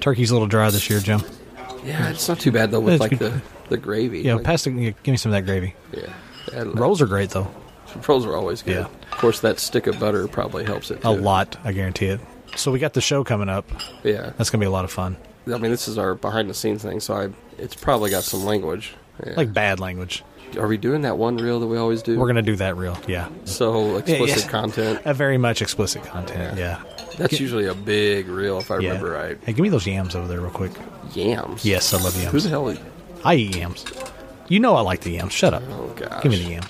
Turkey's a little dry this year, Jim. Yeah, it's not too bad though with It's like good. the the gravy. Yeah, like, pass the, yeah, give me some of that gravy. yeah. Add- Rolls are great though, rolls are always good. Yeah. Of course, that stick of butter probably helps it. a too. lot, I guarantee it. So we got the show coming up. Yeah. That's gonna be a lot of fun. I mean, this is our behind the scenes thing, so I it's probably got some language. Yeah. Like bad language. are we doing that one reel that we always do? We're gonna do that real. Yeah, so explicit yeah. content. a very much explicit content. Yeah, That's usually a big reel if I yeah. remember right. Hey, give me those yams over there real quick. Yams. Yes, I love yams. Who the hell? Is, I eat yams. You know I like the yams. Shut up. oh gosh. Give me the yams.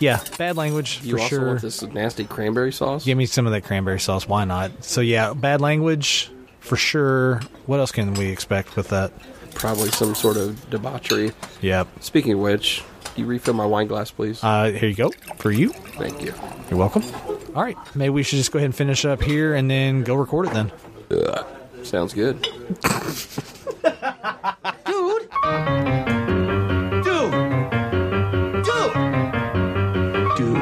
Yeah, bad language You for also sure. want this nasty cranberry sauce? Give me some of that cranberry sauce. Why not? So yeah, bad language for sure. What else can we expect with that? Probably some sort of debauchery. Yep. Speaking of which, you refill my wine glass, please. Uh, here you go for you. Thank you. You're welcome. All right, maybe we should just go ahead and finish up here and then go record it then. Sounds good. Dude! Dude! Dude.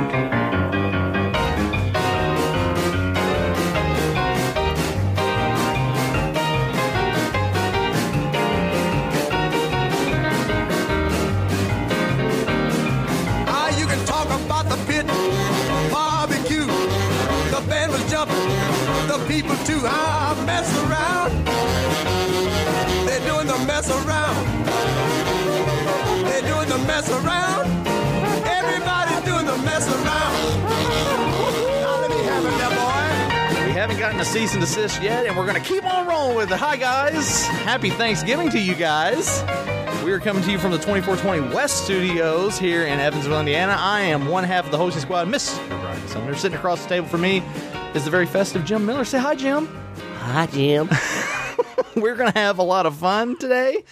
Ah, you can talk about the pit, barbecue. The band was jumping, the people too. Ah, mess around. They're doing the mess around. They're doing the mess around. Everybody's doing the mess around. Now let me have it, that boy. We haven't gotten a cease and desist yet, and we're going to keep on rolling with it. Hi, guys. Happy Thanksgiving to you guys. We are coming to you from the 2420 West Studios here in Evansville, Indiana. I am one half of the hosting squad, Mr. Brian Sumner. Sitting across the table from me is the very festive Jim Miller. Say hi, Jim. Hi, Jim. We're going to have a lot of fun today.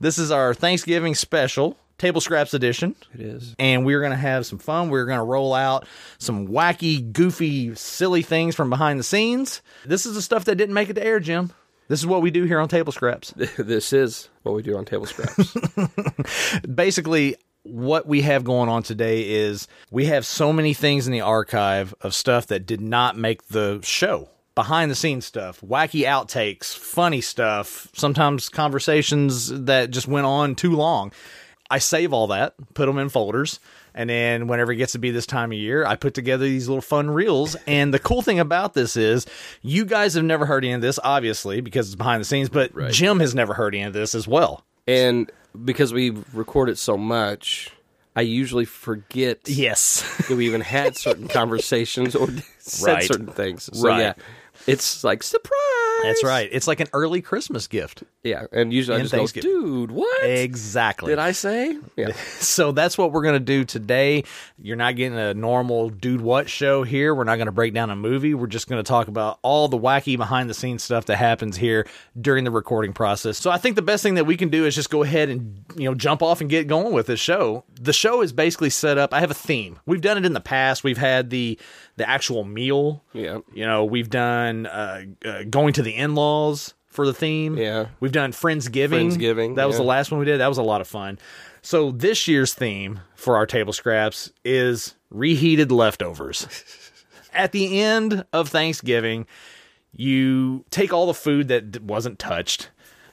This is our Thanksgiving special, Table Scraps Edition. It is. And we're going to have some fun. We're going to roll out some wacky, goofy, silly things from behind the scenes. This is the stuff that didn't make it to air, Jim. This is what we do here on Table Scraps. this is what we do on table scraps. Basically, what we have going on today is we have so many things in the archive of stuff that did not make the show. Behind the scenes stuff, wacky outtakes, funny stuff, sometimes conversations that just went on too long. I save all that, put them in folders, and then whenever it gets to be this time of year, I put together these little fun reels. And the cool thing about this is, you guys have never heard any of this, obviously, because it's behind the scenes, but Jim has never heard any of this as well. and because we record it so much, I usually forget Yes. that we even had certain conversations or said Right. certain things. So Right. yeah, it's like surprise. That's right. It's like an early Christmas gift. Yeah, and usually And I just go, Thanksgiving. dude, what Exactly. did I say? Yeah, So that's what we're going to do today. You're not getting a normal dude what show here. We're not going to break down a movie. We're just going to talk about all the wacky behind the scenes stuff that happens here during the recording process. So I think the best thing that we can do is just go ahead and, you know, jump off and get going with this show. The show is basically set up. I have a theme. We've done it in the past. We've had the the actual meal. Yeah. You know, we've done uh, uh going to the in-laws for the theme. Yeah. We've done friendsgiving. Friendsgiving, That was the yeah. last last one we did. That was a lot of fun. So this year's theme for our table scraps is reheated leftovers. At the end of Thanksgiving, you take all the food that d- wasn't touched.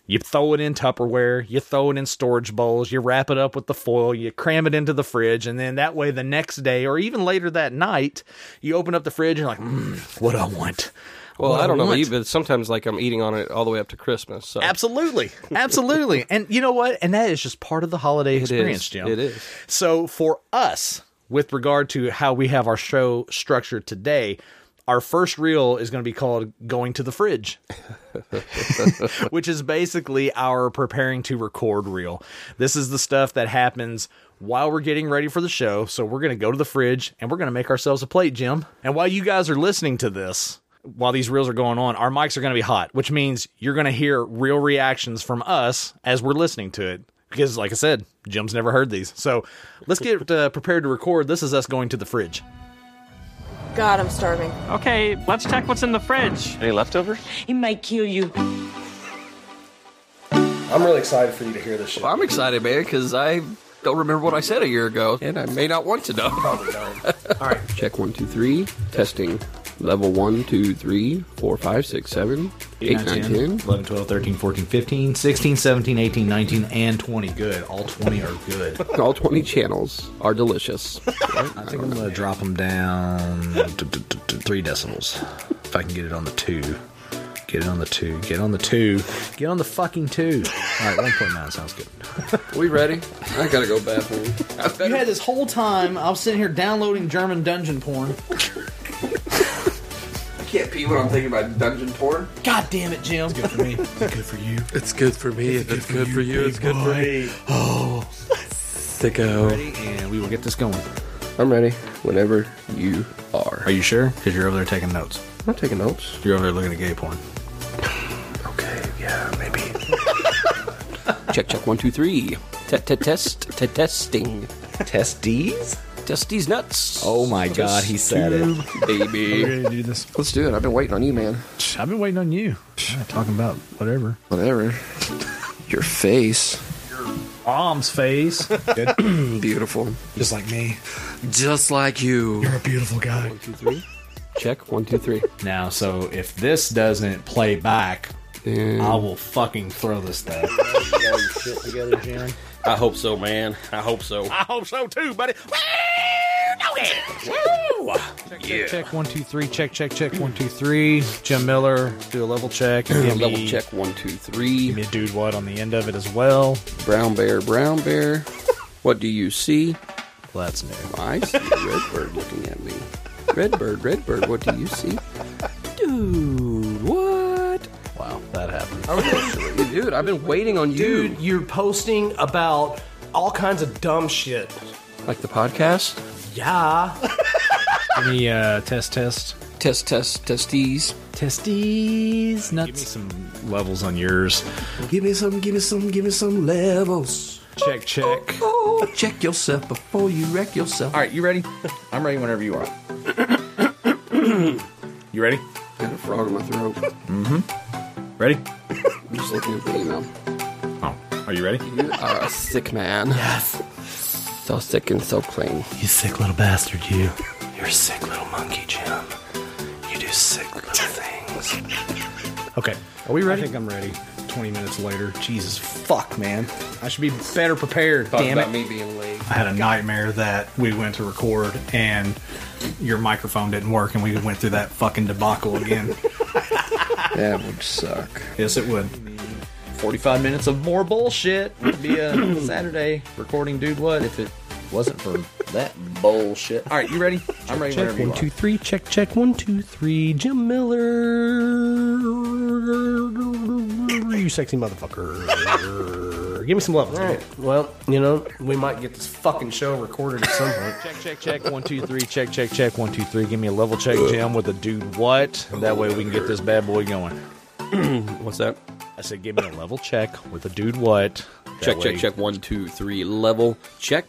You throw it in Tupperware, you throw it in storage bowls, you wrap it up with the foil, you cram it into the fridge, and then that way the next day or even later that night, you open up the fridge and you're like, mm, what do I want? Well, What I don't know want?" you, but sometimes like I'm eating on it all the way up to Christmas. So Absolutely. Absolutely. and you know what? And that is just part of the holiday experience, Jim. It is. So for us, with regard to how we have our show structured today, our first reel is going to be called Going to the Fridge, which is basically our preparing to record reel. This is the stuff that happens while we're getting ready for the show. So we're going to go to the fridge and we're going to make ourselves a plate, Jim. And while you guys are listening to this, while these reels are going on, our mics are going to be hot, which means you're going to hear real reactions from us as we're listening to it. Because, like I said, Jim's never heard these. So let's get uh, prepared to record. This is us going to the fridge. God, I'm starving. Okay, let's check what's in the fridge. Any leftovers? He might kill you. I'm really excited for you to hear this shit. Well, I'm excited, man, because I don't remember what I said a year ago, and I may not want to know. Probably don't. All right, check one, two, three. Testing. Level 1, 2, 3, 4, 5, 6, 7, 8, 9, 10. 11, 12, 13, 14, 15, 16, 17, 18, 19, and 20. Good. All 20 are good. All 20 channels are delicious. I think I'm going to drop them down to, to- to- to three decibels. If I can get it on the two. Get it on the two. Get on the two. Get on the fucking two. All right, 1.9 sounds good. we ready? I gotta go bathroom. I better- You had this whole time. I was sitting here downloading German dungeon porn. I can't pee when I'm thinking about dungeon porn. God damn it, Jim. Good for me. It's good for me. If it's good for you, it's good for me. Oh. To go. And we will get this going. I'm ready whenever you are. Are you sure? Because you're over there taking notes. I'm taking notes. You're over there looking at gay porn. Okay, yeah, maybe. check, check, one, two, three. Test, test, test, te- testing. Testes? Test these nuts. Oh my god, he said it. baby. Ready to do this? Let's do it. I've been waiting on you, man. I've been waiting on you. Yeah, talking about whatever. Whatever. Your face. Mom's face. Beautiful. Just like me. Just like you. You're a beautiful guy. Two, three. Check, one, two, three. Now, so if this doesn't play back, And I will fucking throw this thing. I hope so, man. I hope so. I hope so too, buddy. Check one, two, three. Check, check, check. One, two, three. Jim Miller, do a level check. and give Double me- check, one, two, three. Give me a dude what on the end of it as well. Brown bear, brown bear. What do you see? Oh, Well, that's new. I see a red bird looking at me. Red bird, red bird, what do you see? Dude, what? Wow, that happened. Oh, Dude, I've been waiting on you. Dude, you're posting about all kinds of dumb shit. Like the podcast? Yeah. Give me uh, test, test. Test, test, testes. Testes, nuts. Give me some levels on yours. give me some, give me some, give me some levels. Check, check. Oh, check yourself before you wreck yourself. All right, you ready? I'm ready whenever you are. you ready? got a frog in my throat. Mm-hmm. Ready? I'm just looking at the email. Oh, are you ready? You are a sick man. Yes. So sick and so clean. You sick little bastard, you. You're a sick little monkey, Jim. You do sick little things. Okay. Are we ready? I think I'm ready. 20 minutes later. Jesus fuck, man. I should be better prepared. Talk damn about it. me being late. I had a nightmare that we went to record and your microphone didn't work and we went through that fucking debacle again. That would suck. yes, it would. 45 minutes of more bullshit would be a Saturday recording, dude. What if it wasn't for that bullshit? All right, you ready? I'm ready whenever you One, are. two, three, check, check, one, two, three, Jim Miller. You sexy motherfucker. Give me some levels. Well, you know, we might get this fucking show recorded at some point. Check, check, check. One, two, three. Check, check, check. One, two, three. Give me a level check, Jim, with a dude what? That way we can get this bad boy going. What's that? I said, give me a level check with a dude what? That Check, way- check, check. One, two, three. Level. Check.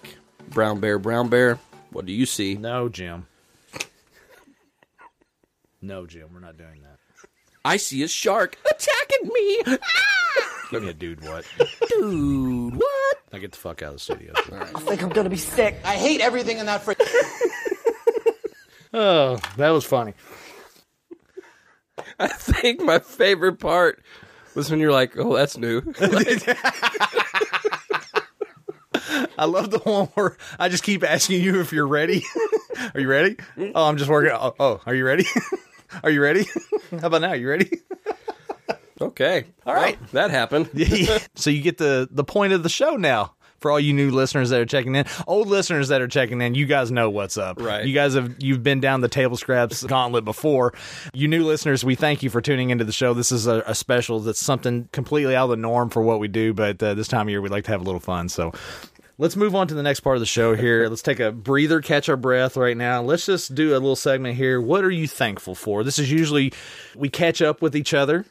Brown bear, brown bear. What do you see? No, Jim. No, Jim. We're not doing that. I see a shark attacking me. Give me a dude what? Dude, what? Now get the fuck out of the studio. think I'm gonna be sick. I hate everything in that fridge. oh, that was funny. I think my favorite part was when you're like, "Oh, that's new." I love the one where I just keep asking you if you're ready. are you ready? Oh, I'm just working. Oh, oh are you ready? are you ready? How about now? You ready? okay, all right, that happened. so you get the the point of the show now. For all you new listeners that are checking in, old listeners that are checking in, you guys know what's up. Right. You guys have you've been down the table scraps gauntlet before. You new listeners, we thank you for tuning into the show. This is a, a special that's something completely out of the norm for what we do, but uh, this time of year we like to have a little fun. So let's move on to the next part of the show here. let's take a breather, catch our breath right now. Let's just do a little segment here. What are you thankful for? This is usually we catch up with each other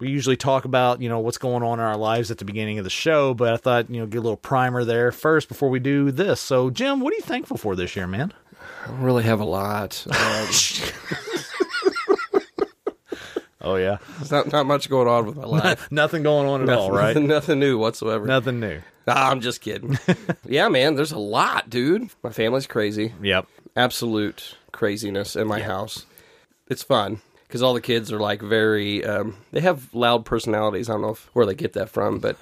we usually talk about you know what's going on in our lives at the beginning of the show but i thought you know get a little primer there first before we do this so jim what are you thankful for this year man I don't really have a lot. Um, oh yeah there's not not much going on with my life. nothing going on at all right Nothing, nothing new whatsoever. nothing new Ah, I'm just kidding. yeah, man, there's a lot, dude. My family's crazy. yep Absolute craziness in my house. It's fun because all the kids are like very. Um, they have loud personalities. I don't know if, where they get that from, but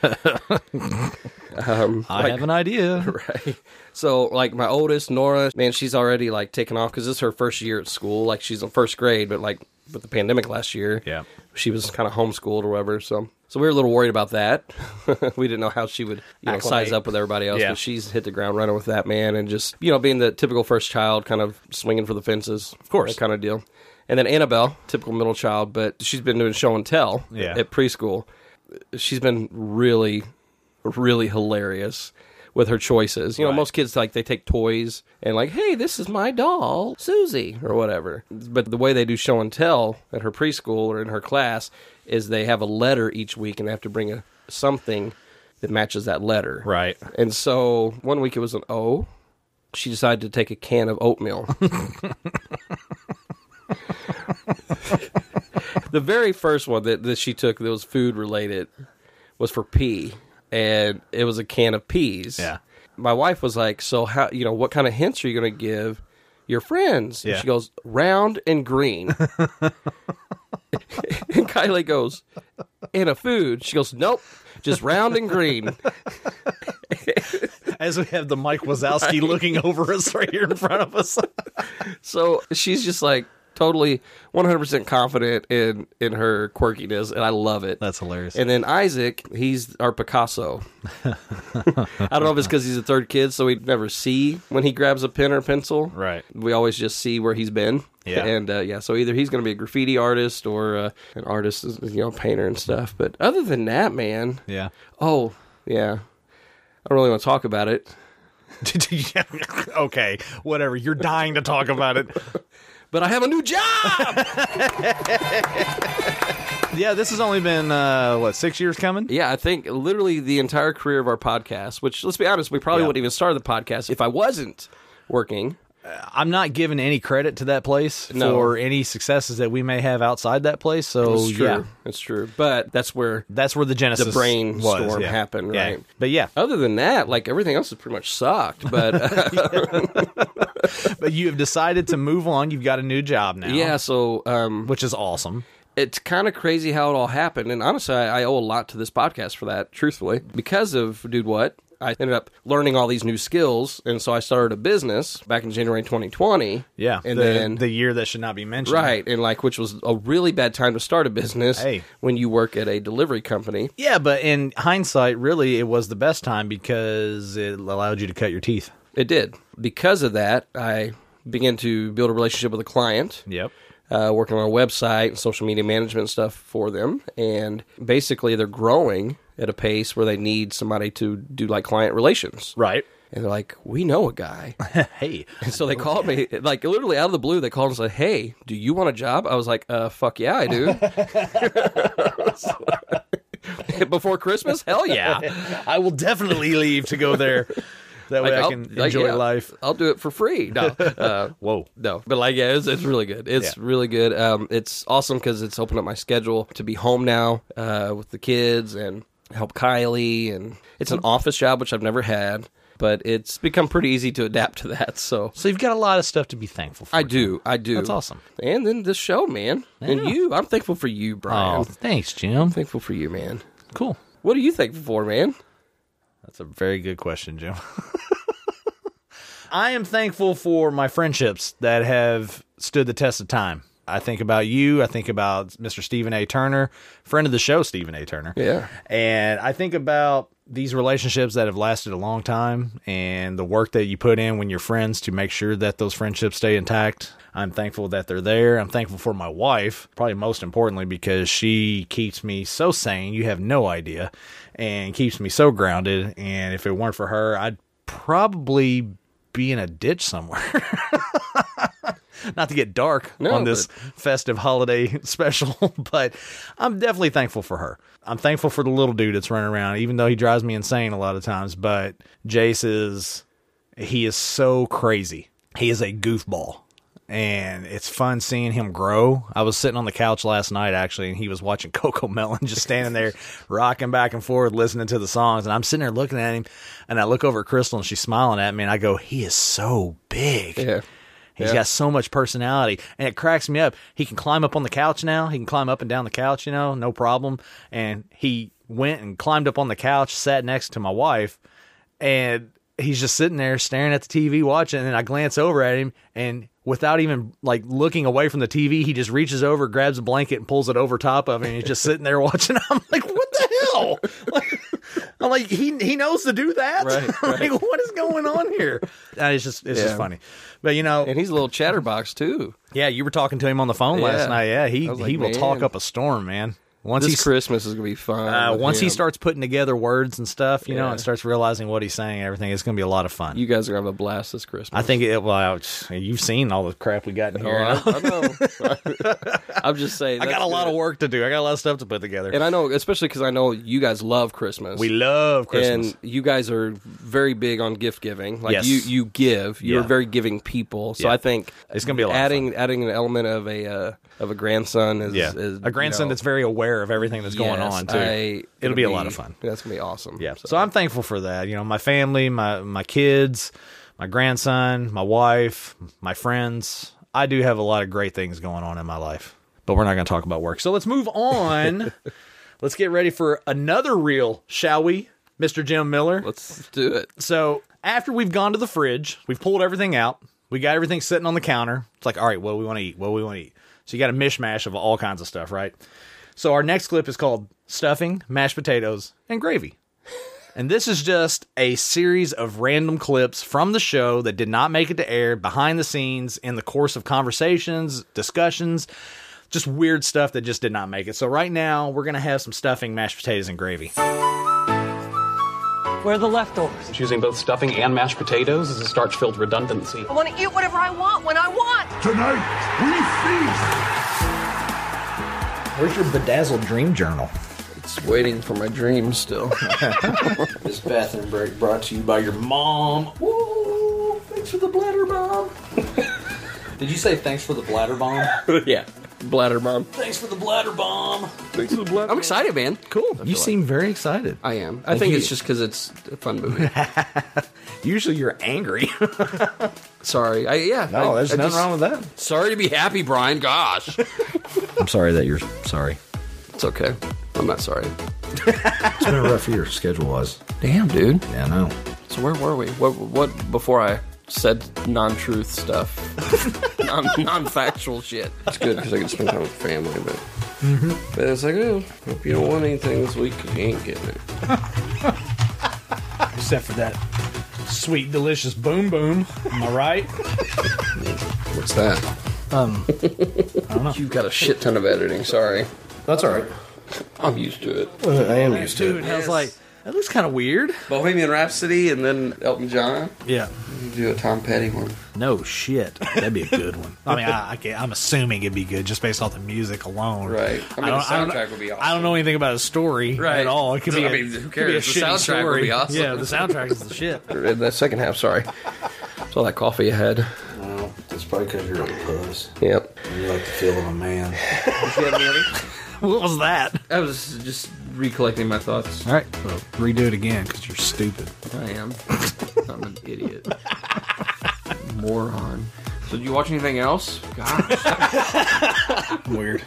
um, I like- have an idea. Right. So, like, my oldest, Nora, man, she's already like taken off because this is her first year at school. Like, she's in first grade, but like with the pandemic last year, Yeah. she was kind of homeschooled or whatever. So, so we were a little worried about that. we didn't know how she would, you know, size up with everybody else. Yeah. But she's hit the ground running with that man, and just you know, being the typical first child, kind of swinging for the fences, of course. kind of deal. And then Annabelle, typical middle child, but she's been doing show and tell Yeah. at preschool she's been really, really hilarious with her choices. You know, most kids like they take toys and like, hey, this is my doll, Susie, or whatever. But the way they do show and tell at her preschool or in her class is they have a letter each week and they have to bring a something that matches that letter. Right. And so one week it was an O. She decided to take a can of oatmeal. the very first one that, that she took that was food related was for pea, and it was a can of peas. Yeah. My wife was like, "So how you know what kind of hints are you going to give your friends?" And Yeah. she goes, "Round and green." and Kylie goes, "In a food." She goes, "Nope, just round and green." As we have the Mike Wazowski looking over us right here in front of us. So she's just like totally 100% confident in in her quirkiness and I love it. That's hilarious. And then Isaac, he's our Picasso. I don't know if it's because he's a third kid, so we never see when he grabs a pen or pencil. Right. We always just see where he's been. Yeah. And uh, yeah, so either he's going to be a graffiti artist or uh, an artist, you know, painter and stuff. But other than that, man, yeah. oh, yeah. I don't really want to talk about it. Yeah, okay, whatever. You're dying to talk about it. But I have a new job! Yeah, this has only been uh, what six years coming. Yeah, I think literally the entire career of our podcast, which let's be honest, we probably Yeah. wouldn't even start the podcast if I wasn't working. I'm not giving any credit to that place No. for any successes that we may have outside that place. So It's true. Oh, yeah, It's true. But that's where that's where the genesis, the brainstorm was, yeah. happened, Yeah. right? But yeah, Other than that, like everything else has pretty much sucked. But but you have decided to move on. You've got a new job now. yeah, so um, which is awesome. it's kind of crazy how it all happened. And honestly, I, I owe a lot to this podcast for that, truthfully, because of Dude What. I ended up learning all these new skills, and so I started a business back in January 2020. Yeah, and the, then the year that should not be mentioned. Right, and like which was a really bad time to start a business Hey. when you work at a delivery company. Yeah, but in hindsight, really, it was the best time because it allowed you to cut your teeth. It did. Because of that, I began to build a relationship with a client. Yep. Uh, working on a website and social media management stuff for them, and basically they're growing at a pace where they need somebody to do like client relations. Right. And they're like, "We know a guy," Hey. and so they called me, like literally out of the blue. They called and said, "Hey, do you want a job?" I was like, "Uh, fuck yeah, I do." Before Christmas, hell yeah. I will definitely leave to go there. That way Like, I I'll- can like, enjoy yeah, life. I'll do it for free. No, uh, Whoa. no, but like, yeah, it's, it's really good. It's Yeah. really good. Um, it's awesome because it's opened up my schedule to be home now uh, with the kids and help Kylie, and it's an office job which I've never had, but it's become pretty easy to adapt to that. So So you've got a lot of stuff to be thankful for. I do, I do. That's awesome. And then this show, man, and you, I'm thankful for you, Brian. Oh, thanks, Jim. Thankful for you, man. Cool. What are you thankful for, man? That's a very good question, Jim. I am thankful for my friendships that have stood the test of time. I think about you. I think about Mr. Stephen A. Turner, friend of the show, Stephen A. Turner. Yeah. And I think about these relationships that have lasted a long time and the work that you put in when you're friends to make sure that those friendships stay intact. I'm thankful that they're there. I'm thankful for my wife, probably most importantly, because she keeps me so sane. You have no idea. And keeps me so grounded. And if it weren't for her, I'd probably be in a ditch somewhere. Not to get dark No, on this festive holiday special, but I'm definitely thankful for her. I'm thankful for the little dude that's running around, even though he drives me insane a lot of times. But Jace is, he is so crazy. He is a goofball. And it's fun seeing him grow. I was sitting on the couch last night, actually, and he was watching Coco Melon, just standing there, rocking back and forth, listening to the songs. And I'm sitting there looking at him, and I look over at Crystal, and she's smiling at me, and I go, "He is so big." Yeah. He's Yeah. got so much personality, and it cracks me up. He can climb up on the couch now. He can climb up and down the couch, you know, no problem. And he went and climbed up on the couch, sat next to my wife, and he's just sitting there staring at the TV watching. And I glance over at him, and without even like looking away from the TV, he just reaches over, grabs a blanket, and pulls it over top of him. And he's just sitting there watching. I'm like, what the hell? Like, I'm like, he he knows to do that. Right, I'm like, what is going on here? And it's just it's Yeah. just funny. But you know, And he's a little chatterbox too. yeah, you were talking to him on the phone Yeah. last night. Yeah, he I was he like, will talk man. up a storm, man. Once This he's Christmas is gonna be fun. uh, with once he him. starts putting together words and stuff, you know, Yeah. and starts realizing what he's saying, and everything, it's going to be a lot of fun. you guys are gonna have a blast this Christmas. I think it. Well, you've seen all the crap we got in Oh, here. I, I know. I'm just saying. I got that's a lot gonna- of work to do. I got a lot of stuff to put together. and I know, especially because I know you guys love Christmas. we love Christmas. and you guys are very big on gift giving. Like Yes. you, you give. You're Yeah. very giving people. So Yeah. I think It's gonna be a lot of adding adding an element of a uh, of a grandson is, yeah, is, a grandson you know, that's very aware of everything that's going yes, on too. I- It'll be a lot of fun. That's gonna be awesome. Yeah. So. I'm thankful for that. You know, my family, my my kids, my grandson, my wife, my friends. I do have a lot of great things going on in my life. But we're not going to talk about work. So let's move on. let's get ready for another reel, shall we? Mr. Jim Miller. let's do it. So after we've gone to the fridge, we've pulled everything out. We got everything sitting on the counter. It's like, all right, what do we want to eat? What do we want to eat? So you got a mishmash of all kinds of stuff, right? So our next clip is called stuffing, mashed potatoes, and gravy. And this is just a series of random clips from the show that did not make it to air behind the scenes in the course of conversations, discussions, just weird stuff that just did not make it. So right now, we're going to have some stuffing, mashed potatoes, and gravy. Where are the leftovers? Choosing both stuffing and mashed potatoes is a starch filled redundancy. I want to eat whatever I want when I want. Where's your bedazzled dream journal? It's waiting for my dream still. This bathroom break brought to you by your mom. Woo! Thanks for the bladder bomb. Did you say thanks for the bladder bomb? yeah, bladder mom. thanks for the bladder bomb. I'm excited, man. Cool. You seem very excited. I am. I think it's just because it's a fun movie. Usually you're angry. Sorry. I yeah. I, I just- with that. Sorry to be happy, Brian. Gosh, I'm sorry that you're sorry. it's okay. I'm not sorry. It's been a rough year schedule wise. Damn, dude. Yeah, I know. So where were we? What? What? Before I said non-truth stuff, non, non-factual shit. It's good because I can spend time with family, but. But it's like, oh, hope you don't want anything this week. 'cause You ain't getting it. Except for that sweet, delicious boom boom. Am I right? What's that? Um, You've got a shit ton of editing. Sorry, That's all right. I'm used to it. I am used to it. I was like, that looks kind of weird. Bohemian Rhapsody and then Elton John. Yeah. You do a Tom Petty one. No shit. That'd be a good one. I mean, I, I can't, I'm assuming it'd be good just based off the music alone. Right. I mean, the soundtrack would be awesome. I don't know anything about his story Right. at all. It could be. I a- mean, who it could be a cares? The shitty soundtrack would story. be awesome. Yeah, the soundtrack is the shit. In the second half, sorry. It's all that coffee you had. Well, it's probably because you're like puss. Yep. You like the feel of a man. What was that? I was just recollecting my thoughts. All right, well, redo it again because you're stupid. I am. I'm an idiot. Moron. So, did you watch anything else? Gosh. Weird.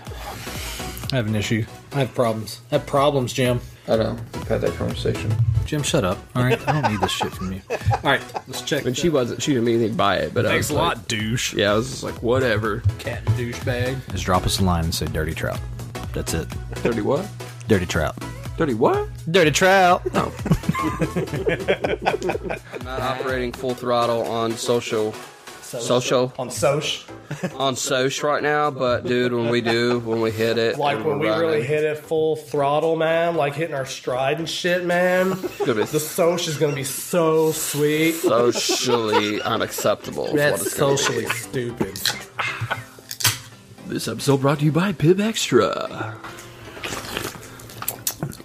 I have an issue. I have problems. I have problems, Jim. I know. We've had that conversation. Jim, shut up. All right, I don't need this shit from you. All right, let's check. And she wasn't. She didn't mean anything by it, but I was Thanks a like, lot, douche. Yeah, I was just like, whatever. Cat douchebag. Just drop us a line and say dirty trout. That's it. Dirty what? Dirty trout. Dirty what? Dirty trout. Not operating full throttle on social. Social On Soch. on social right now, but dude, when we do, when we hit it, Like and when we we're really running, hit it full throttle, man. Like hitting our stride and shit, man. it's gonna be The Soch is gonna be so sweet. socially unacceptable. is what That's it's gonna socially stupid. be. This episode brought to you by Pib Extra.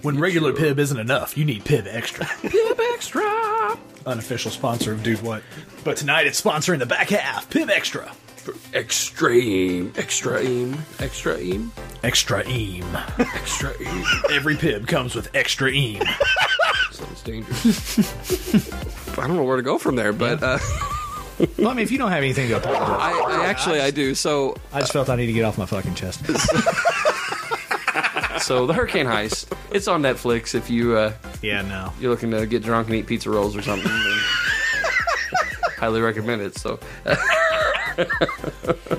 When regular pib isn't enough, you need pib extra. Pib Extra Unofficial sponsor of Dude What? But tonight it's sponsoring the back half. Pib extra. for extreme, extreme, extreme, Extra eam. extreme. Every pib comes with extra eam. Sounds dangerous. I don't know where to go from there, but uh, well, I mean, if you don't have anything to apologize, I, I actually I do. So I just felt I need to get off my fucking chest. so the Hurricane Heist. It's on Netflix. If you uh, yeah no you're looking to get drunk and eat pizza rolls or something, then highly recommend it. So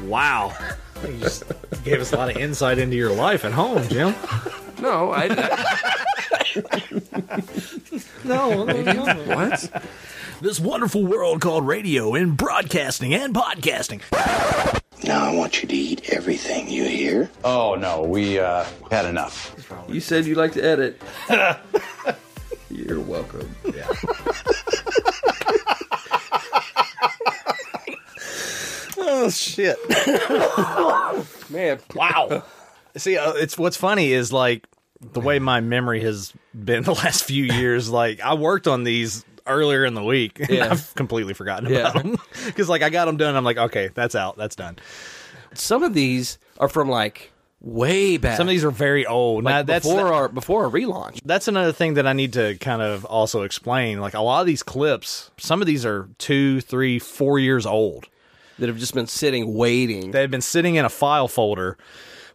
wow, you just gave us a lot of insight into your life at home, Jim. no, I, No, what? This wonderful world called radio and broadcasting and podcasting. Now I want you to eat everything you hear. Oh no, we uh, had enough. you said you like to edit. you're welcome. Yeah. Oh shit, man! Wow. See, uh, it's what's funny is like the way my memory has been the last few years. Like I worked on these earlier in the week, and Yeah. I've completely forgotten Yeah. about them because like I got them done. I'm like, okay, that's out, that's done. Some of these are from like way back. Some of these are very old. Like, Now, that's before our before our relaunch. That's another thing that I need to kind of also explain. Like a lot of these clips, some of these are two, three, four years old. That have just been sitting waiting. They've been sitting in a file folder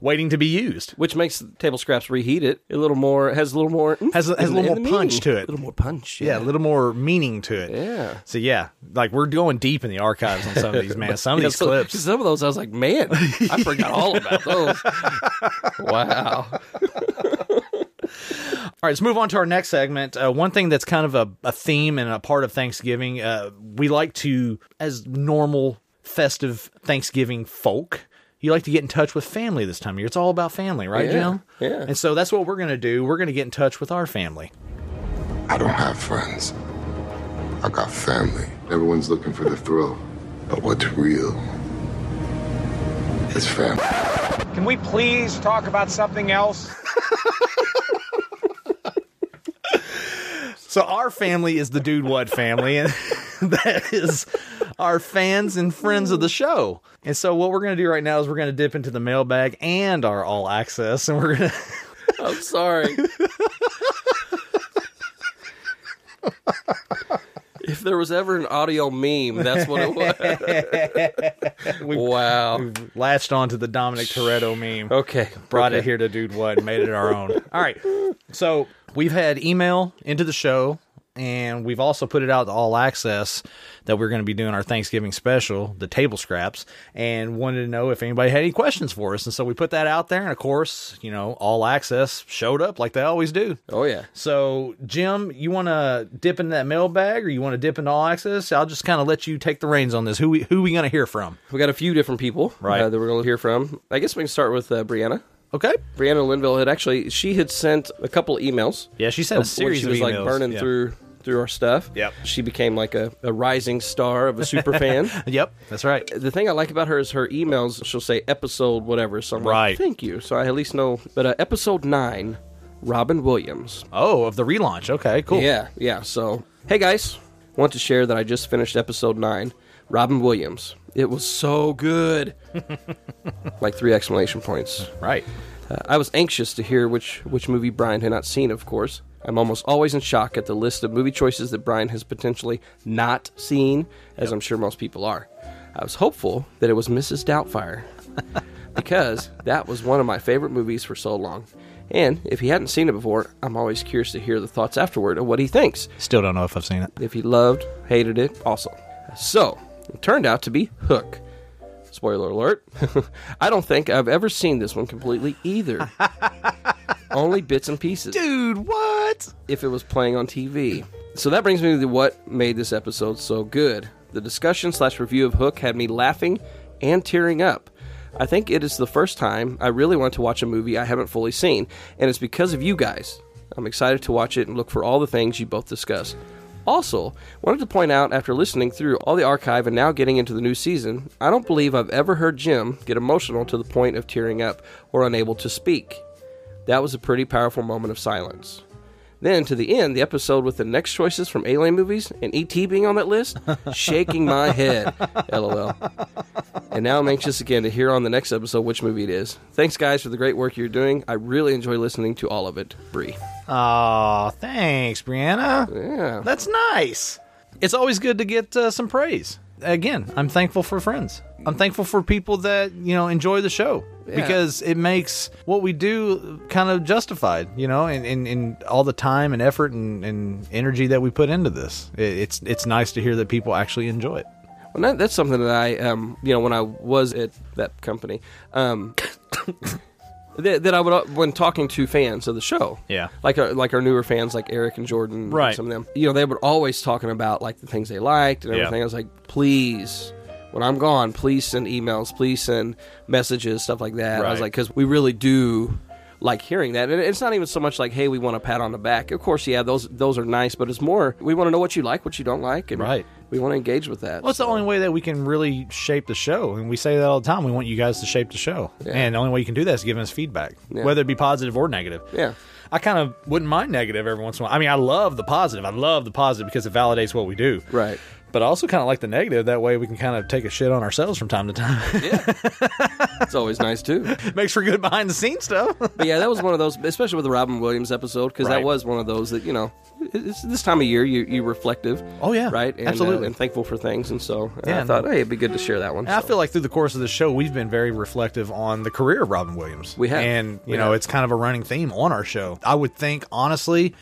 waiting to be used. Which makes table scraps reheat it a little more. Has a little more. Has a, has a in- little in more the punch meaning. to it. A little more punch. Yeah. Yeah. a little more meaning to it. Yeah. So yeah, like we're going deep in the archives on some of these, man. Some of Yeah, these so- clips. Some of those, I was like, man, I forgot all about those. wow. All right, let's move on to our next segment. Uh, one thing that's kind of a, a theme and a part of Thanksgiving, uh, we like to, as normal festive Thanksgiving folk, you like to get in touch with family this time of year. It's all about family, right, Yeah, Jim? yeah. And so that's what we're going to do. We're going to get in touch with our family. I don't have friends. I got family. Everyone's looking for the thrill. But what's real is family. Can we please talk about something else? So our family is the Dude What family, and that is our fans and friends of the show. And so what we're going to do right now is we're going to dip into the mailbag and our all access, and we're going to. I'm sorry. if there was ever an audio meme, that's what it was. wow. latched onto the Dominic Toretto meme. Okay. Brought it okay. here to Dude What and made it our own. All right. So we've had email into the show, and we've also put it out to all access that we're going to be doing our Thanksgiving special, the table scraps, and wanted to know if anybody had any questions for us. And so we put that out there, and of course, you know, all access showed up like they always do. Oh, yeah. So, Jim, you want to dip into that mailbag, or you want to dip into all access? I'll just kind of let you take the reins on this. Who we, who we going to hear from? We got a few different people Right. uh, that we're going to hear from. I guess we can start with uh, Brianna. Okay. Brianna Linville had actually she had sent a couple emails. Yeah, she sent a when series she of was like emails. burning Yeah. through through our stuff. Yep. She became like a, a rising star of a super fan. Yep, that's right. The thing I like about her is her emails. She'll say episode whatever. So I'm Right. like, thank you. So I at least know. But uh, episode nine, Robin Williams. Oh, of the relaunch. Okay, cool. Yeah, yeah. So, hey guys, want to share that I just finished episode nine, Robin Williams. It was so good. like three exclamation points. Right. Uh, I was anxious to hear which which movie Brian had not seen. Of course, I'm almost always in shock at the list of movie choices that Brian has potentially not seen, as I'm sure most people are. I was hopeful that it was Mrs. Doubtfire because that was one of my favorite movies for so long. And if he hadn't seen it before, I'm always curious to hear the thoughts afterward of what he thinks. Still don't know if I've seen it. If he loved, hated it, awesome. So, it turned out to be Hook. Spoiler alert. I don't think I've ever seen this one completely either. Only bits and pieces. Dude, what? If it was playing on TV. So that brings me to what made this episode so good. The discussion slash review of Hook had me laughing and tearing up. I think it is the first time I really want to watch a movie I haven't fully seen, and it's because of you guys. I'm excited to watch it and look for all the things you both discuss. Also, wanted to point out after listening through all the archive and now getting into the new season, I don't believe I've ever heard Jim get emotional to the point of tearing up or unable to speak. That was a pretty powerful moment of silence. Then to the end, the episode with the next choices from Alien movies and ET being on that list, shaking my head. LOL. And now I'm anxious again to hear on the next episode which movie it is. Thanks, guys, for the great work you're doing. I really enjoy listening to all of it. Bree. Aw, thanks, Brianna. Yeah. That's nice. It's always good to get uh, some praise. again, I'm thankful for friends. I'm thankful for people that, you know, enjoy the show yeah. because it makes what we do kind of justified, you know, and, and, and all the time and effort and, and energy that we put into this. It, it's, it's nice to hear that people actually enjoy it. Well, that, that's something that I, um, you know, when I was at that company, um, that, that I would uh, when talking to fans of the show. Yeah, like our, like our newer fans, like Eric and Jordan, right? And some of them, you know, they were always talking about like the things they liked and everything. Yeah. I was like, please. When I'm gone, please send emails, please send messages, stuff like that. Right. I was like, because we really do like hearing that, and it's not even so much like, hey, we want a pat on the back. Of course, yeah, those those are nice, but it's more we want to know what you like, what you don't like, and right we want to engage with that. Well, it's so. the only way that we can really shape the show, and we say that all the time. We want you guys to shape the show, yeah. and the only way you can do that is giving us feedback, yeah. whether it be positive or negative. Yeah, I kind of wouldn't mind negative every once in a while. I mean, I love the positive. I love the positive because it validates what we do. Right. But I also kind of like the negative. That way, we can kind of take a shit on ourselves from time to time. yeah, it's always nice too. Makes for good behind the scenes stuff. but yeah, that was one of those, especially with the Robin Williams episode, because right. that was one of those that you know it's this time of year you you reflective. Oh yeah, right. And, Absolutely, uh, and thankful for things. And so uh, yeah, I thought, hey, it'd be good to share that one. So. I feel like through the course of the show, we've been very reflective on the career of Robin Williams. We have, and you we know, have. it's kind of a running theme on our show. I would think honestly,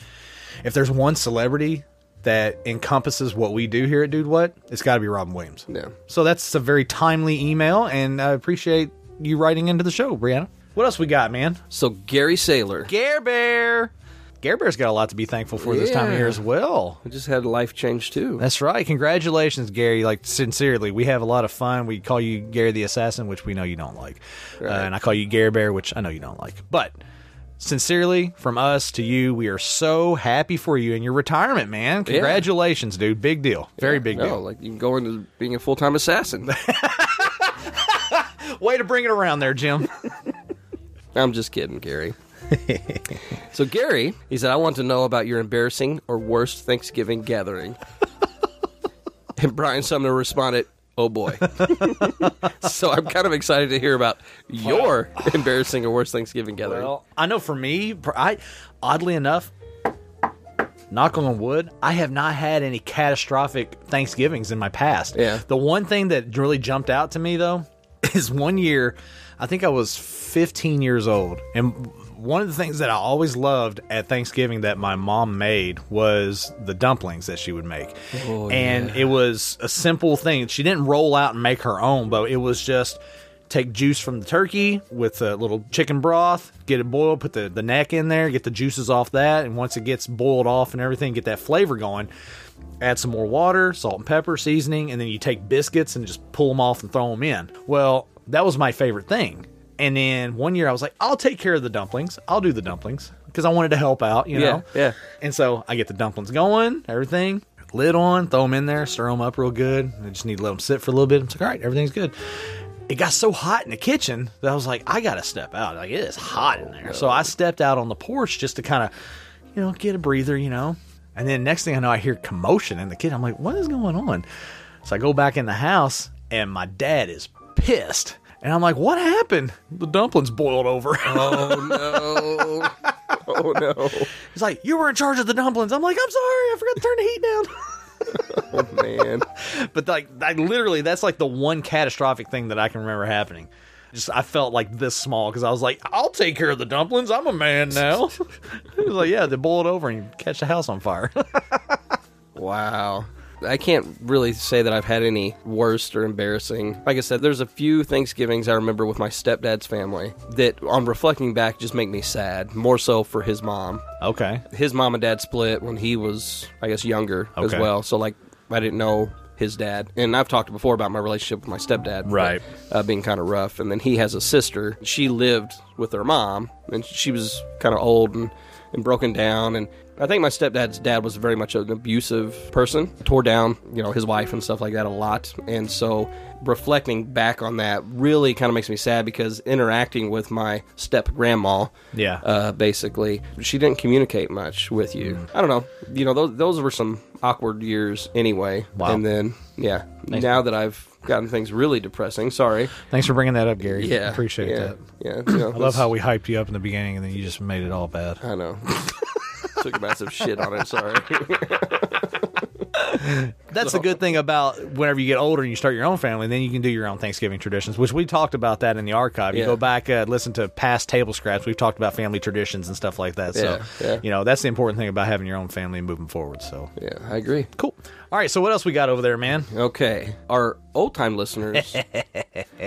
if there's one celebrity that encompasses what we do here at Dude What, it's got to be Robin Williams. Yeah. So that's a very timely email, and I appreciate you writing into the show, Brianna. What else we got, man? So Gary Sailor, Gare Bear. Gare Bear's got a lot to be thankful for this Yeah. time of year as well. We just had a life change too. That's right. Congratulations, Gary. Like sincerely, we have a lot of fun. We call you Gary the Assassin, which we know you don't like, uh, Right. and I call you Gare Bear, which I know you don't like. But sincerely, from us to you, we are so happy for you and your retirement, man. Congratulations, dude. Big deal. Very big no, deal. Oh, like you can go into being a full time assassin. Way to bring it around there, Jim. I'm just kidding, Gary. so Gary, he said, I want to know about your embarrassing or worst Thanksgiving gathering. and Brian Sumner responded, Oh boy. so I'm kind of excited to hear about your embarrassing or worst Thanksgiving gathering. Well, I know for me, pr- I oddly enough, knock on wood, I have not had any catastrophic Thanksgivings in my past. Yeah. The one thing that really jumped out to me though is one year, I think I was 15 years old, and one of the things that I always loved at Thanksgiving that my mom made was the dumplings that she would make. and it was a simple thing. She didn't roll out and make her own, but it was just take juice from the turkey with a little chicken broth, get it boiled, put the, the neck in there, get the juices off that, and once it gets boiled off and everything, get that flavor going. Add some more water, salt and pepper, seasoning, and then you take biscuits and just pull them off and throw them in. Well, that was my favorite thing. And then one year I was like, I'll take care of the dumplings. I'll do the dumplings because I wanted to help out, you Yeah, know? yeah. And so I get the dumplings going, everything, lid on, throw them in there, stir them up real good. I just need to let them sit for a little bit. I'm like, all right, everything's good it got so hot in the kitchen that I was like, I gotta step out. Like it is hot in there. So I stepped out on the porch just to kind of, you know, get a breather, you know. And then next thing I know, I hear commotion in the kitchen. I'm like, what is going on? So I go back in the house and my dad is pissed. And I'm like, what happened? The dumplings boiled over. oh no. Oh no. He's like, you were in charge of the dumplings. I'm like, I'm sorry, I forgot to turn the heat down. Oh man. but like I literally that's like the one catastrophic thing that I can remember happening. Just I felt like this small because I was like, I'll take care of the dumplings. I'm a man now. it was like, yeah, they boil it over and you catch the house on fire. Wow. I can't really say that I've had any worst or embarrassing. Like I said, there's a few Thanksgivings I remember with my stepdad's family that, on reflecting back, just make me sad. More so for his mom. okay. His mom and dad split when he was, I guess, younger as Okay. well. So, like, I didn't know his dad. And I've talked before about my relationship with my stepdad. Right. Uh, being kind of rough. And then he has a sister. She lived with her mom, and she was kind of old and, and broken down. And I think my stepdad's dad was very much an abusive person, tore down, you know, his wife and stuff like that a lot. And so reflecting back on that really kind of makes me sad because interacting with my step grandma, Yeah. uh, basically, she didn't communicate much with you. Mm. I don't know. You know, those, those were some awkward years anyway. Wow. And then, yeah, now that I've gotten things really depressing, sorry. Thanks for bringing that up, Gary. Yeah, Appreciate yeah, that. Yeah, you know, I love how we hyped you up in the beginning and then you just made it all bad. I know. Took a massive shit on it. Sorry. That's the good thing about whenever you get older and you start your own family, then you can do your own Thanksgiving traditions, which we talked about that in the archive. You Yeah. go back, uh, listen to past table scraps. We've talked about family traditions and stuff like that. So, Yeah, yeah. you know, that's the important thing about having your own family and moving forward. So, Yeah, I agree. cool. All right. So, what else we got over there, man? Okay, our old time listeners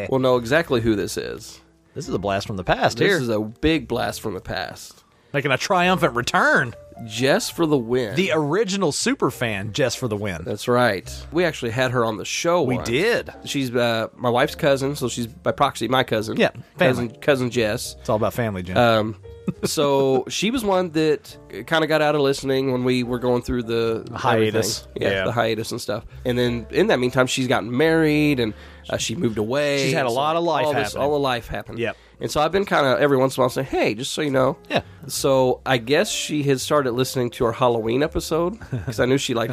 will know exactly who this is. This is a blast from the past This here. is a big blast from the past. Making a triumphant return. Jess for the win. The original super fan, just for the win. That's right. We actually had her on the show. We once. did. She's uh, my wife's cousin, so she's by proxy my cousin. Yeah, family. cousin cousin Jess. It's all about family, Jim. Um, so she was one that kind of got out of listening when we were going through the Hiatus. everything. Yeah, Yeah. the hiatus and stuff. And then in that meantime, she's gotten married and uh, she moved away. She's had a So lot of life all this, happening. all of life happened. Yep. And so I've been kind of every once in a while saying, "Hey, just so you know." Yeah. So I guess she had started listening to our Halloween episode because I knew she liked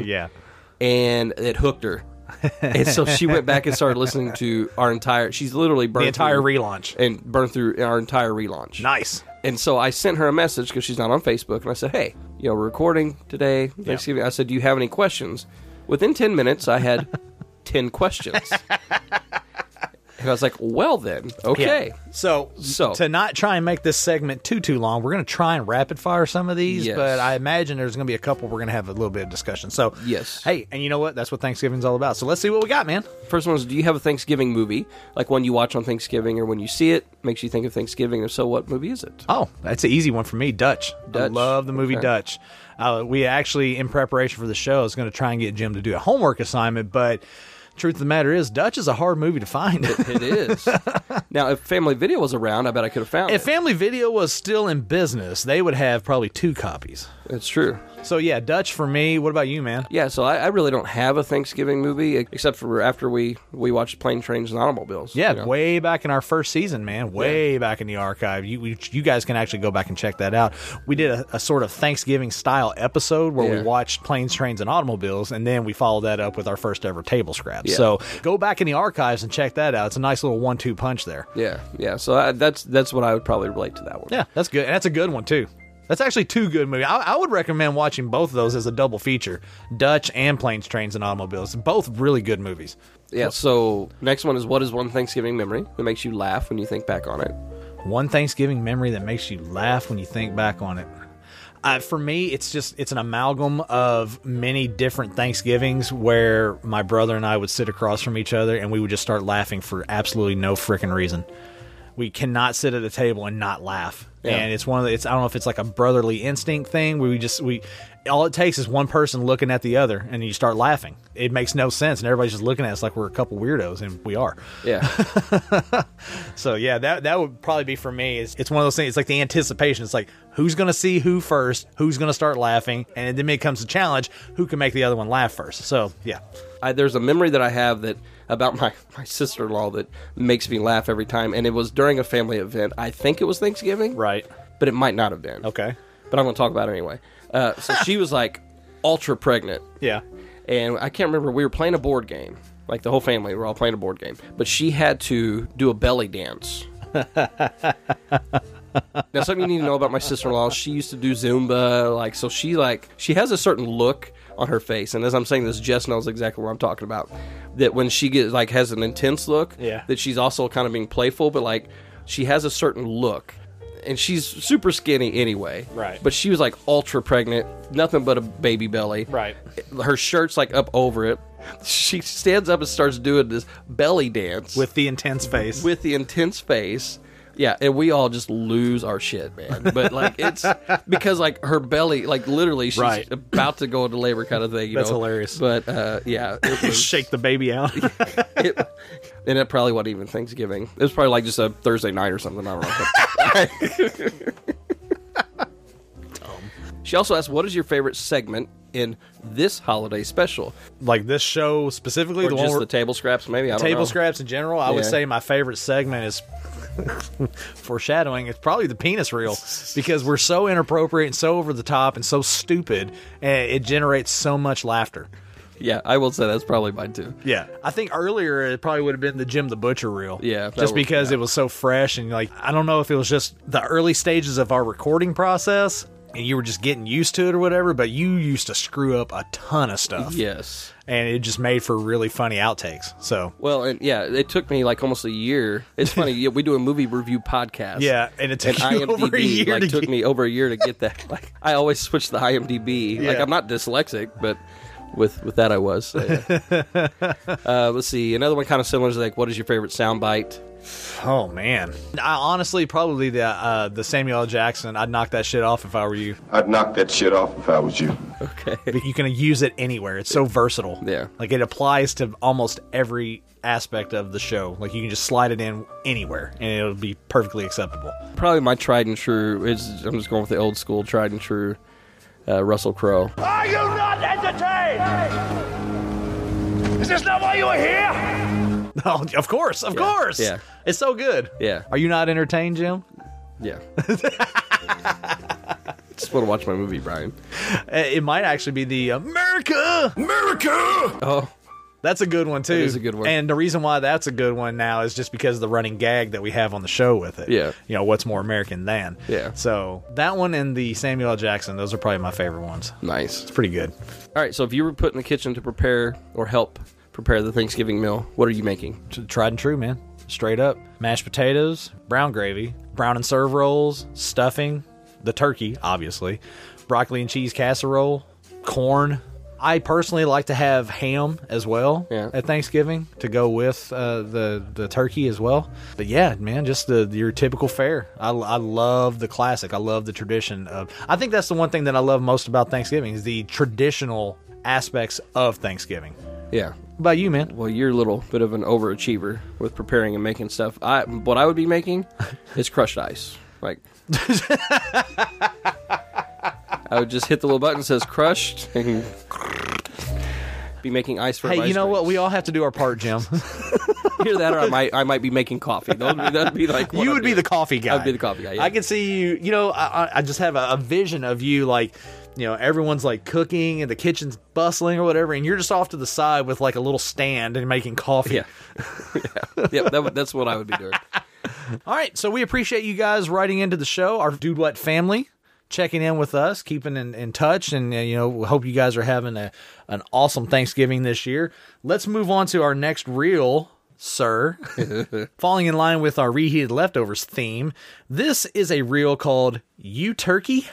yeah. And it hooked her. and so she went back and started listening to our entire. She's literally burned The entire through- relaunch. and burned through our entire relaunch. Nice. And so I sent her a message because she's not on Facebook, and I said, "Hey, you know, we're recording today, Thanksgiving." I said, "Do you have any questions?" Within ten minutes, I had ten questions, and I was like, "Well, then, okay." So, So- to not try and make this segment too too long, we're going to try and rapid fire some of these. Yes. But I imagine there's going to be a couple we're going to have a little bit of discussion. So Yes. hey, and you know what? That's what Thanksgiving's all about. So let's see what we got, man. First one is, "Do you have a Thanksgiving movie, like one you watch on Thanksgiving, or when you see it makes you think of Thanksgiving? If so, what movie is it?" Oh, that's an easy one for me. Dutch. I Dutch. love the movie Okay. Dutch. Uh, we actually, in preparation for the show, I was going to try and get Jim to do a homework assignment, but truth of the matter is, Dutch is a hard movie to find. It is now. If Family Video was around, I bet I could have found if it. Family Video was still in business, they would have probably two copies. It's true. So yeah, Dutch for me. What about you, man? Yeah, so I, I really don't have a Thanksgiving movie e, except for after we we watched Plane, Trains, and Automobiles. Yeah, you know? way back in our first season, man. Way back in the archive. You, you you guys can actually go back and check that out. We did a, a sort of Thanksgiving style episode where Yeah. we watched planes, trains, and automobiles, and then we followed that up with our first ever table scrap. Yeah. So go back in the archives and check that out. It's a nice little one two punch there. yeah, yeah. So I, that's that's what I would probably relate to that one. Yeah, that's good. And that's a good one too. That's actually two good movies. I, I would recommend watching both of those as a double feature: Dutch and Planes, Trains, and Automobiles. Both really good movies. yeah. So next one is what is one Thanksgiving memory that makes you laugh when you think back on it? one Thanksgiving memory that makes you laugh when you think back on it. Uh, for me, it's just it's an amalgam of many different Thanksgivings where my brother and I would sit across from each other and we would just start laughing for absolutely no freaking reason. We cannot sit at a table and not laugh. Yeah. And it's one of the, it's I don't know if it's like a brotherly instinct thing where we just we all it takes is one person looking at the other and you start laughing. It makes no sense and everybody's just looking at us like we're a couple weirdos and we are. Yeah, So yeah, that that would probably be for me. It's, it's one of those things. It's like the anticipation. It's like who's gonna see who first, who's gonna start laughing, and then it comes the challenge: who can make the other one laugh first. So yeah, I, there's a memory that I have that about my my sister in law that makes me laugh every time, and it was during a family event. I think it was Thanksgiving, right, But it might not have been. okay, But I'm going to talk about it anyway. Uh, so she was like ultra pregnant. yeah, and I can't remember. We were playing a board game, like the whole family. We were all playing a board game, but she had to do a belly dance. now, something you need to know about my sister-in-law: she used to do Zumba, like so. She like she has a certain look on her face, and as I'm saying this, Jess knows exactly what I'm talking about. That when she gets like has an intense look, Yeah. that she's also kind of being playful, but like she has a certain look. And she's super skinny anyway. Right. But she was like ultra pregnant, nothing but a baby belly Right. her shirt's like up over it. She stands up and starts doing this belly dance with the intense face. with the intense face. Yeah, and we all just lose our shit, man. But like it's because like her belly, like literally, she's Right. about to go into labor, kind of thing. You That's know? hilarious. But uh, yeah, it was, Shake the baby out. it, and it probably wasn't even Thanksgiving. It was probably like just a Thursday night or something. I don't know. She also asked, "What is your favorite segment in this holiday special?" like this show specifically, Or the just one the where table scraps, maybe. I don't table know. scraps in general. I would Yeah. say my favorite segment is foreshadowing. It's probably the penis reel because we're so inappropriate and so over the top and so stupid, and it generates so much laughter. Yeah, I will say that's probably mine too. Yeah, I think earlier it probably would have been the Jim the Butcher reel. Yeah, that just would- because yeah. it was so fresh and like I don't know if it was just the early stages of our recording process and you were just getting used to it or whatever, but you used to screw up a ton of stuff. Yes. And it just made for really funny outtakes. So Well, and yeah, it took me like almost a year. It's funny, yeah, we do a movie review podcast. Yeah, and it took and you over a year like to took get- me over a year to get that. Like I always switch the IMDb. Like Yeah. I'm not dyslexic, but with with that I was. So, yeah. uh, let's see. Another one kind of similar is like what is your favorite soundbite? Oh man, I honestly probably the uh, the Samuel L. Jackson. I'd knock that shit off if I were you. I'd knock that shit off if I was you. Okay. You can use it anywhere. It's so versatile. Yeah. like it applies to almost every aspect of the show. Like you can just slide it in anywhere, and it'll be perfectly acceptable. Probably my tried and true is I'm just going with the old school tried and true uh, Russell Crowe. Are you not entertained? Is this not why you are here? Oh, of course, of course. yeah. it's so good. Yeah. Are you not entertained, Jim? Yeah. Just want to watch my movie, Brian. Uh, It might actually be the America. America! Oh, That's a good one too. It is a good one. And the reason why that's a good one now is just because of the running gag that we have on the show with it. Yeah. You know, what's more American than? Yeah. So that one and the Samuel L. Jackson, those are probably my favorite ones. nice. It's pretty good. All right, so if you were put in the kitchen to prepare or help prepare the Thanksgiving meal, what are you making? T- Tried and true, man. Straight up. Mashed potatoes, brown gravy, brown and serve rolls, stuffing, the turkey, obviously, broccoli and cheese casserole, corn. I personally like to have ham as well Yeah. at Thanksgiving to go with uh, the the turkey as well. But yeah, man, just the your typical fare. I, I love the classic. I love the tradition of. I think that's the one thing that I love most about Thanksgiving is the traditional aspects of Thanksgiving. Yeah. What about you, man? Well, you're a little bit of an overachiever with preparing and making stuff. I what I would be making is crushed ice. Like I would just hit the little button that says crushed and be making ice for Hey, ice you know what? drinks. We all have to do our part, Jim. Either that or I might I might be making coffee. That would be, that'd be like what you I'd would do. be the coffee guy. I'd be the coffee guy, yeah. I could see you. You know, I, I- I just have a, a vision of you like. You know, everyone's like cooking and the kitchen's bustling or whatever, and you're just off to the side with like a little stand and making coffee. Yeah. yeah. yeah that, would- that's what I would be doing. All right. So we appreciate you guys writing into the show, our Dude What family, checking in with us, keeping in, in touch. And, uh, you know, we hope you guys are having a, an awesome Thanksgiving this year. Let's move on to our next reel, sir. Falling in line with our reheated leftovers theme, this is a reel called You Turkey.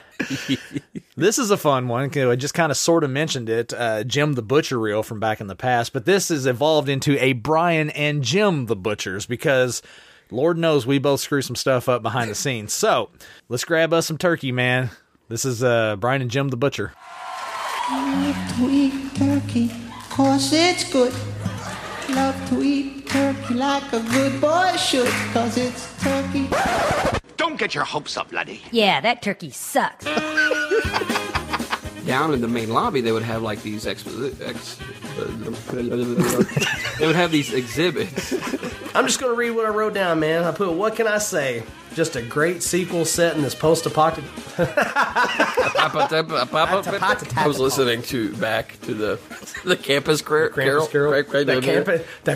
This is a fun one. 'cause I just kind of sort of mentioned it, uh, Jim the Butcher reel from back in the past, but this has evolved into a Brian and Jim the Butchers because Lord knows we both screw some stuff up behind the scenes. So let's grab us some turkey, man. This is uh, Brian and Jim the Butcher. Love to eat turkey, cause it's good. Love to eat turkey like a good boy should, cause it's turkey. Don't get your hopes up, laddie. Yeah, that turkey sucks. down in the main lobby, they would have like these expo- ex- they would have these exhibits. I'm just going to read what I wrote down, man. I put, what can I say? Just a great sequel set in this post-apocalyptic. I was listening to back to the the campus car- Krampus carol. Carol. Crack- The crack- camp- the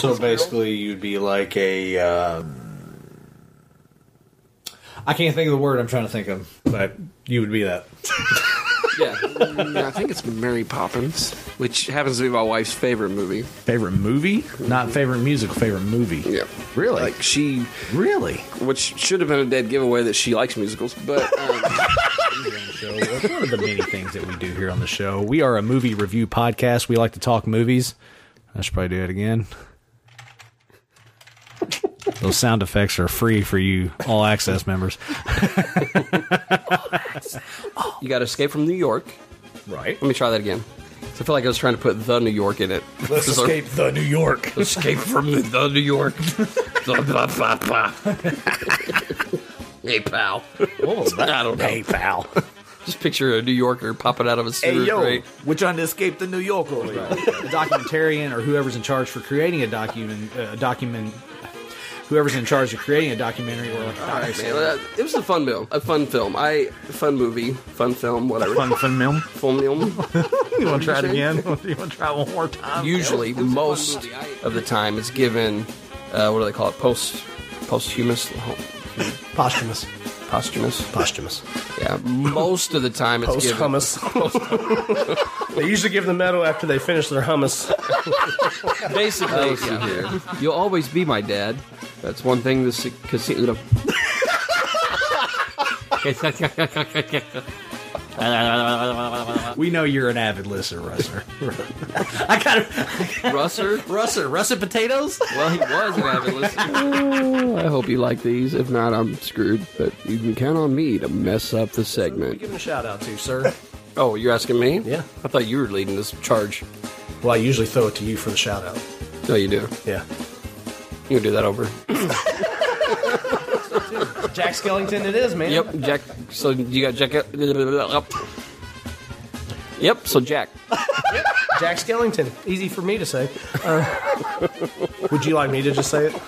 so basically, you'd be like a. Um, I can't think of the word I'm trying to think of, but you would be that. Yeah. I think it's Mary Poppins, which happens to be my wife's favorite movie. Favorite movie? Not favorite musical, favorite movie. Yeah. Really? Like she, Really? which should have been a dead giveaway that she likes musicals, but um, So, it's one of the many things that we do here on the show. We are a movie review podcast. We like to talk movies. I should probably do it again. Those sound effects are free for you all access members. You got to escape from New York. Right. Let me try that again. 'Cause I feel like I was trying to put the New York in it. Let's This is our- escape the New York. escape from the, the New York. Blah, blah, blah, blah. hey pal. I don't know. Hey, pal. Just picture a New Yorker popping out of a sewer grate. we're trying to escape the New York over here. the documentarian or whoever's in charge for creating a document, uh, document, whoever's in charge of creating a documentary or like a documentary. Man, uh, it was a fun film. A fun film. I fun movie. Fun film. Whatever. Fun, fun film. Fun film. You want to try it again? You want to try one more time? Usually, most of the time, it's given. Uh, what do they call it? Post posthumous. Posthumous. Posthumous. Posthumous. Yeah, most of the time it's Post given. hummus. they usually give the medal after they finish their hummus. Basically, yeah. you'll always be my dad. That's one thing this casino. We know you're an avid listener, Russer. I got Russer? Russer, russet potatoes? Well, he was an avid listener. I hope you like these. If not, I'm screwed. But you can count on me to mess up the segment. give him a shout out to, sir. Oh, you're asking me? Yeah. I thought you were leading this charge. Well, I usually throw it to you for the shout out. No, you do. Yeah. You can do that over. Jack Skellington it is, man. Yep, Jack. So you got Jack. Yep. So Jack. Jack Skellington. Easy for me to say. Uh, would you like me to just say it?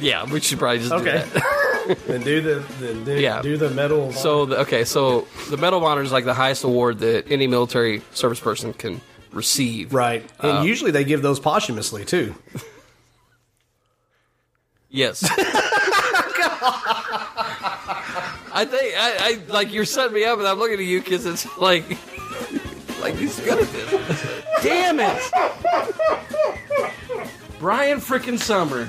Yeah, we should probably just Okay. do that. then do the then do, Yeah. do the medal. So the, okay, so the Medal of Honor is like the highest award that any military service person can receive. right, uh, and usually they give those posthumously too. Yes. I think I, I like you're setting me up, and I'm looking at you because it's like, like he's good at this. Damn it, Brian freaking Summer,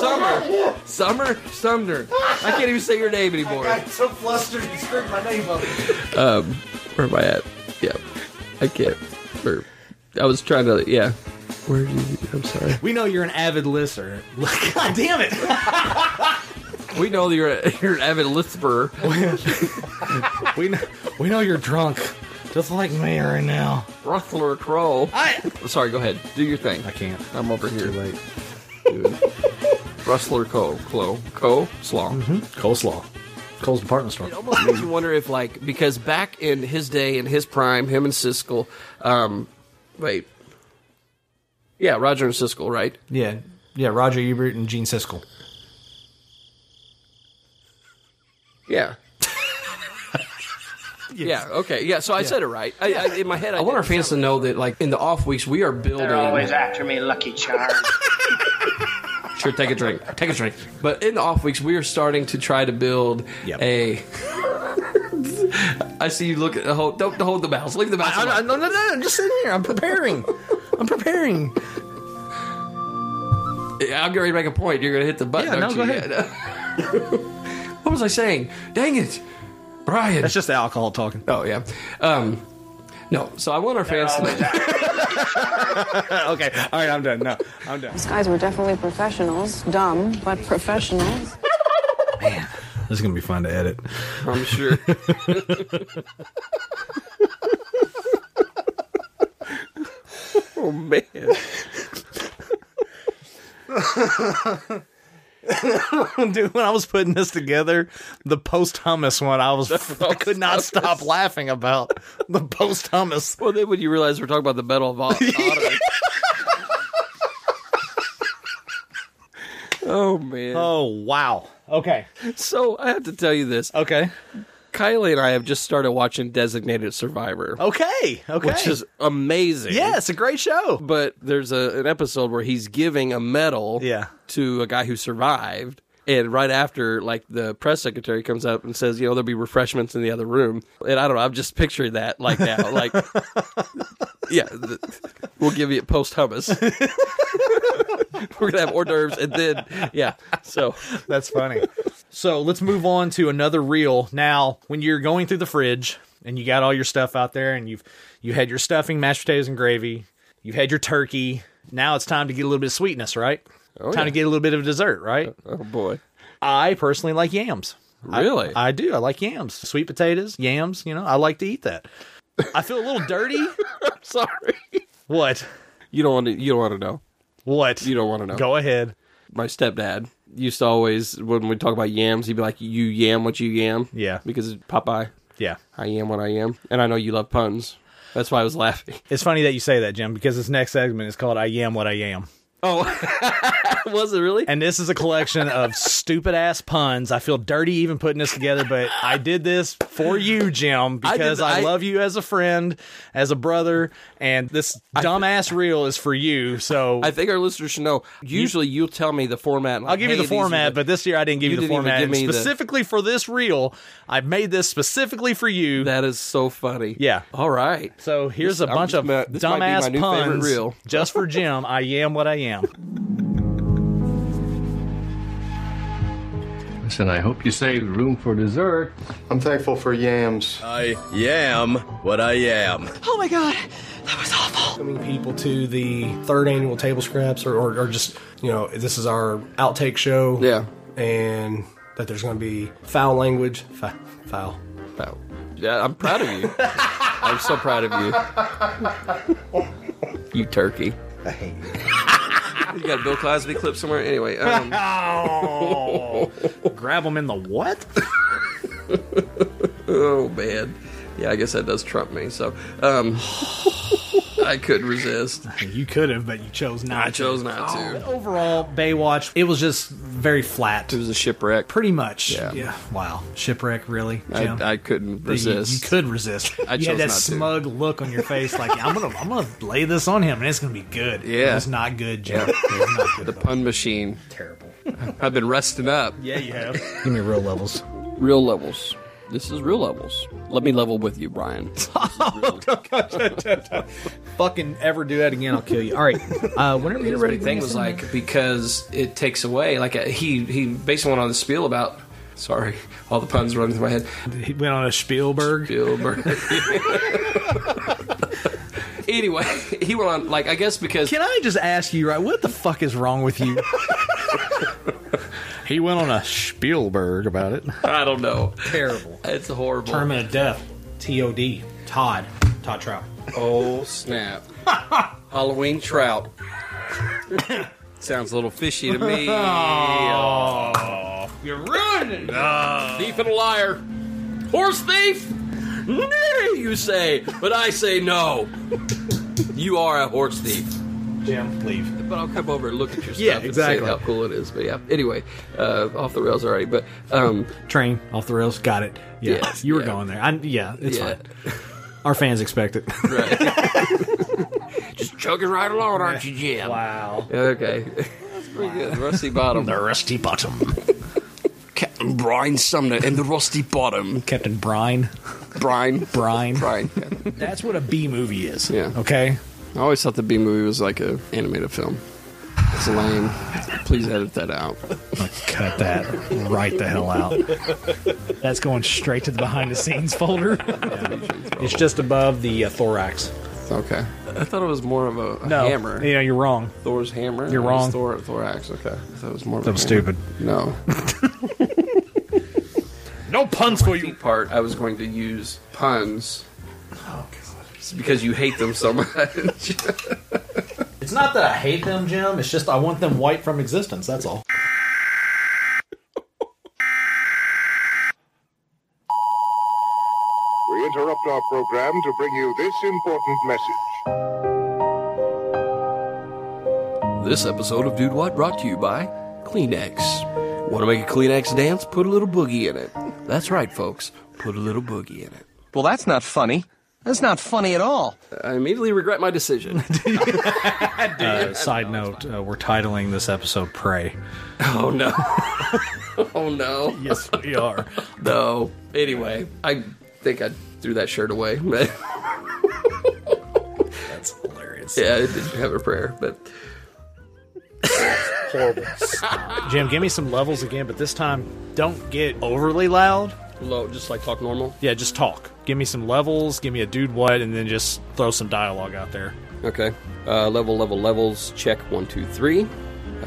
Summer, Summer Sumner. I can't even say your name anymore. so flustered and screwed my name up. Where am I at? Yeah, I can't. Or, I was trying to. Yeah. Where do you? I'm sorry. We know you're an avid listener. God damn it. We know that you're, a, you're an avid lisper. We know, we know you're drunk. Just like me right now. Ruffler Crow. I Sorry, go ahead. Do your thing. I can't. I'm over here. Too late. Rustler Co. Clo. Co. Slaw. Coleslaw. Cole's department store. Almost makes you wonder if, like, because back in his day, in his prime, him and Siskel, um, wait. Yeah, Roger and Siskel, right? Yeah. Yeah, Roger Ebert and Gene Siskel. Yeah. Yeah. Okay. Yeah. So I said it right. I, I, in my head, I, I want our fans to know that, like, in the off weeks, we are building. after me, Lucky Charm. Sure, take a drink. Take a drink. But in the off weeks, we are starting to try to build Yep. a. I see you look at the whole. Don't hold the mouse. Leave the mouse. Uh, alone. no, no, no. I'm just sitting here. I'm preparing. I'm preparing. I'll get ready to make a point. You're going to hit the button. Yeah, aren't no, you? go Yeah, no. what was I saying? Dang it, Brian. That's just the alcohol talking. oh yeah. Um, no. So I want our fans to know. okay. All right, I'm done. No, I'm done. These guys were definitely professionals. Dumb, but professionals. This is going to be fun to edit. I'm sure. oh man. Dude, when I was putting this together, the post hummus one, I was I could not stop laughing about the post hummus. Well, then when you realize we're talking about the Medal of Hon- Honor. oh man. Oh wow. Okay. So I have to tell you this. Okay. Kylie and I have just started watching Designated Survivor, Okay. Okay. which is amazing. yeah, it's a great show. But there's a, an episode where he's giving a medal Yeah. to a guy who survived. And right after, like, the press secretary comes up and says, you know, there'll be refreshments in the other room. And I don't know, I'm just picturing that, like, now. Like, yeah, th- we'll give you post hummus. We're going to have hors d'oeuvres. And then, yeah. So, That's funny. so let's move on to another reel. Now, when you're going through the fridge and you got all your stuff out there and you've you had your stuffing, mashed potatoes and gravy, you've had your turkey. Now it's time to get a little bit of sweetness, right? time to get a little bit of dessert, right? oh boy. I personally like yams. I- Really? I, do. I like yams. Sweet potatoes, yams, you know, I like to eat that. I feel a little dirty. Sorry. What? You don't want to, you don't want to know. What? You don't want to know. Go ahead. my stepdad used to always when we talk about yams, he'd be like, "You yam what you yam." Yeah. because it's Popeye, Yeah. I am what I am, and I know you love puns. That's why I was laughing. It's funny that you say that, Jim, because this next segment is called I Am What I Am. Oh, was it really? And this is a collection of stupid ass puns. I feel dirty even putting this together, but I did this for you, Jim, because I, I- love you as a friend, as a brother, and this dumbass reel is for you. So I think our listeners should know. Usually, you, will tell me the format. I'll give you the format, but this year I didn't give You you, the didn't even format. give And me the- specifically for this reel, I made this specifically for you. that is so funny. Yeah. All right. so here's This- a I'm bunch just of ma- this might be my dumbass new favorite puns reel. just for Jim. I am what I am. Listen, I hope you saved room for dessert. I'm thankful for yams. I am what I am. Oh my god. welcoming people to the third annual table scraps or, or, or just you know this is our outtake show Yeah. and that there's going to be foul language Fou- foul Wow. Yeah, I'm proud of you. I'm so proud of you. you turkey. I hate you. you got a Bill Cosby clip somewhere? Anyway, um, Oh, grab them in the what? oh man. Yeah, I guess that does trump me. So, um, I couldn't resist. You could have, but you chose not. Oh, I chose not to. Overall, Baywatch, it was just very flat. It was a shipwreck. Pretty much. Yeah. Wow. Shipwreck, really? Jim? I, I couldn't You- resist. You, could resist. I you chose had that not to. smug look on your face, like I'm gonna, I'm gonna lay this on him, and it's gonna be good. Yeah. it's not good, Jim. Yeah. It's not good. the pun machine. Terrible. I've been resting up. Yeah, you have. Give me real levels. Real levels. This is real levels. Let me level with you, Brian. Oh, Fucking ever do that again, I'll kill you. All right. Uh, whenever you're His ready, big thing was like because it takes away. Like uh, he he basically went on the spiel about. Sorry, all the puns running through my head. he went on a Spielberg. Spielberg. anyway, he went on like I guess because Can I just ask you, right? What the fuck is wrong with you? he went on a Spielberg about it. I don't know. Terrible. It's horrible. term of death tod todd todd trout Oh snap! Halloween trout. Sounds a little fishy to me. You're ruining it. Ah. Thief and a liar. Horse thief? Nay, you say, but I say no. You are a horse thief. Jim, leave. But I'll come over and look at your stuff Yeah, and exactly. say how cool it is. But yeah, anyway, uh, off the rails already. But um, Train off the rails. Got it. Yeah, Yes, you were yeah. going there. I, yeah, it's yeah, fine. Our fans expect it. right. Just chugging right along, aren't you, Jim? Wow. Okay. That's pretty good. Rusty bottom. rusty bottom. Captain Brian Sumner and the rusty bottom. Captain Brine. Brian. Brine. Brian. yeah. That's what a B movie is. Yeah. Okay. I always thought the B movie was like a animated film. It's lame. Please edit that out. Cut that right the hell out. That's going straight to the behind the scenes folder. It's just above the uh, thorax. Okay. I thought it was more of a, a No, hammer. Yeah, you're wrong. Thor's hammer. You're It was wrong. Thor, thorax. Okay. I thought it was more. Of That a was hammer. stupid. No. No puns for you Oh, part. I was going to use puns. It's because you hate them so much. It's not that I hate them, Jim. It's just I want them wiped from existence. That's all. We interrupt our program to bring you this important message. This episode of Dude What brought to you by Kleenex. Want to make a Kleenex dance? Put a little boogie in it. That's right, folks. Put a little boogie in it. well, that's not funny. That's not funny at all. I immediately regret my decision. Uh, side note: uh, We're titling this episode "Pray." oh no. oh no. Yes, we are. No. Anyway, I think I threw that shirt away. But That's hilarious. yeah, I didn't have a prayer. But Jim, give me some levels again, but this time don't get overly loud. low, just like talk normal. Yeah, just talk. Give me some levels, give me a dude what, and then just throw some dialogue out there. Okay. Uh, level, level, levels. Check one, two, three.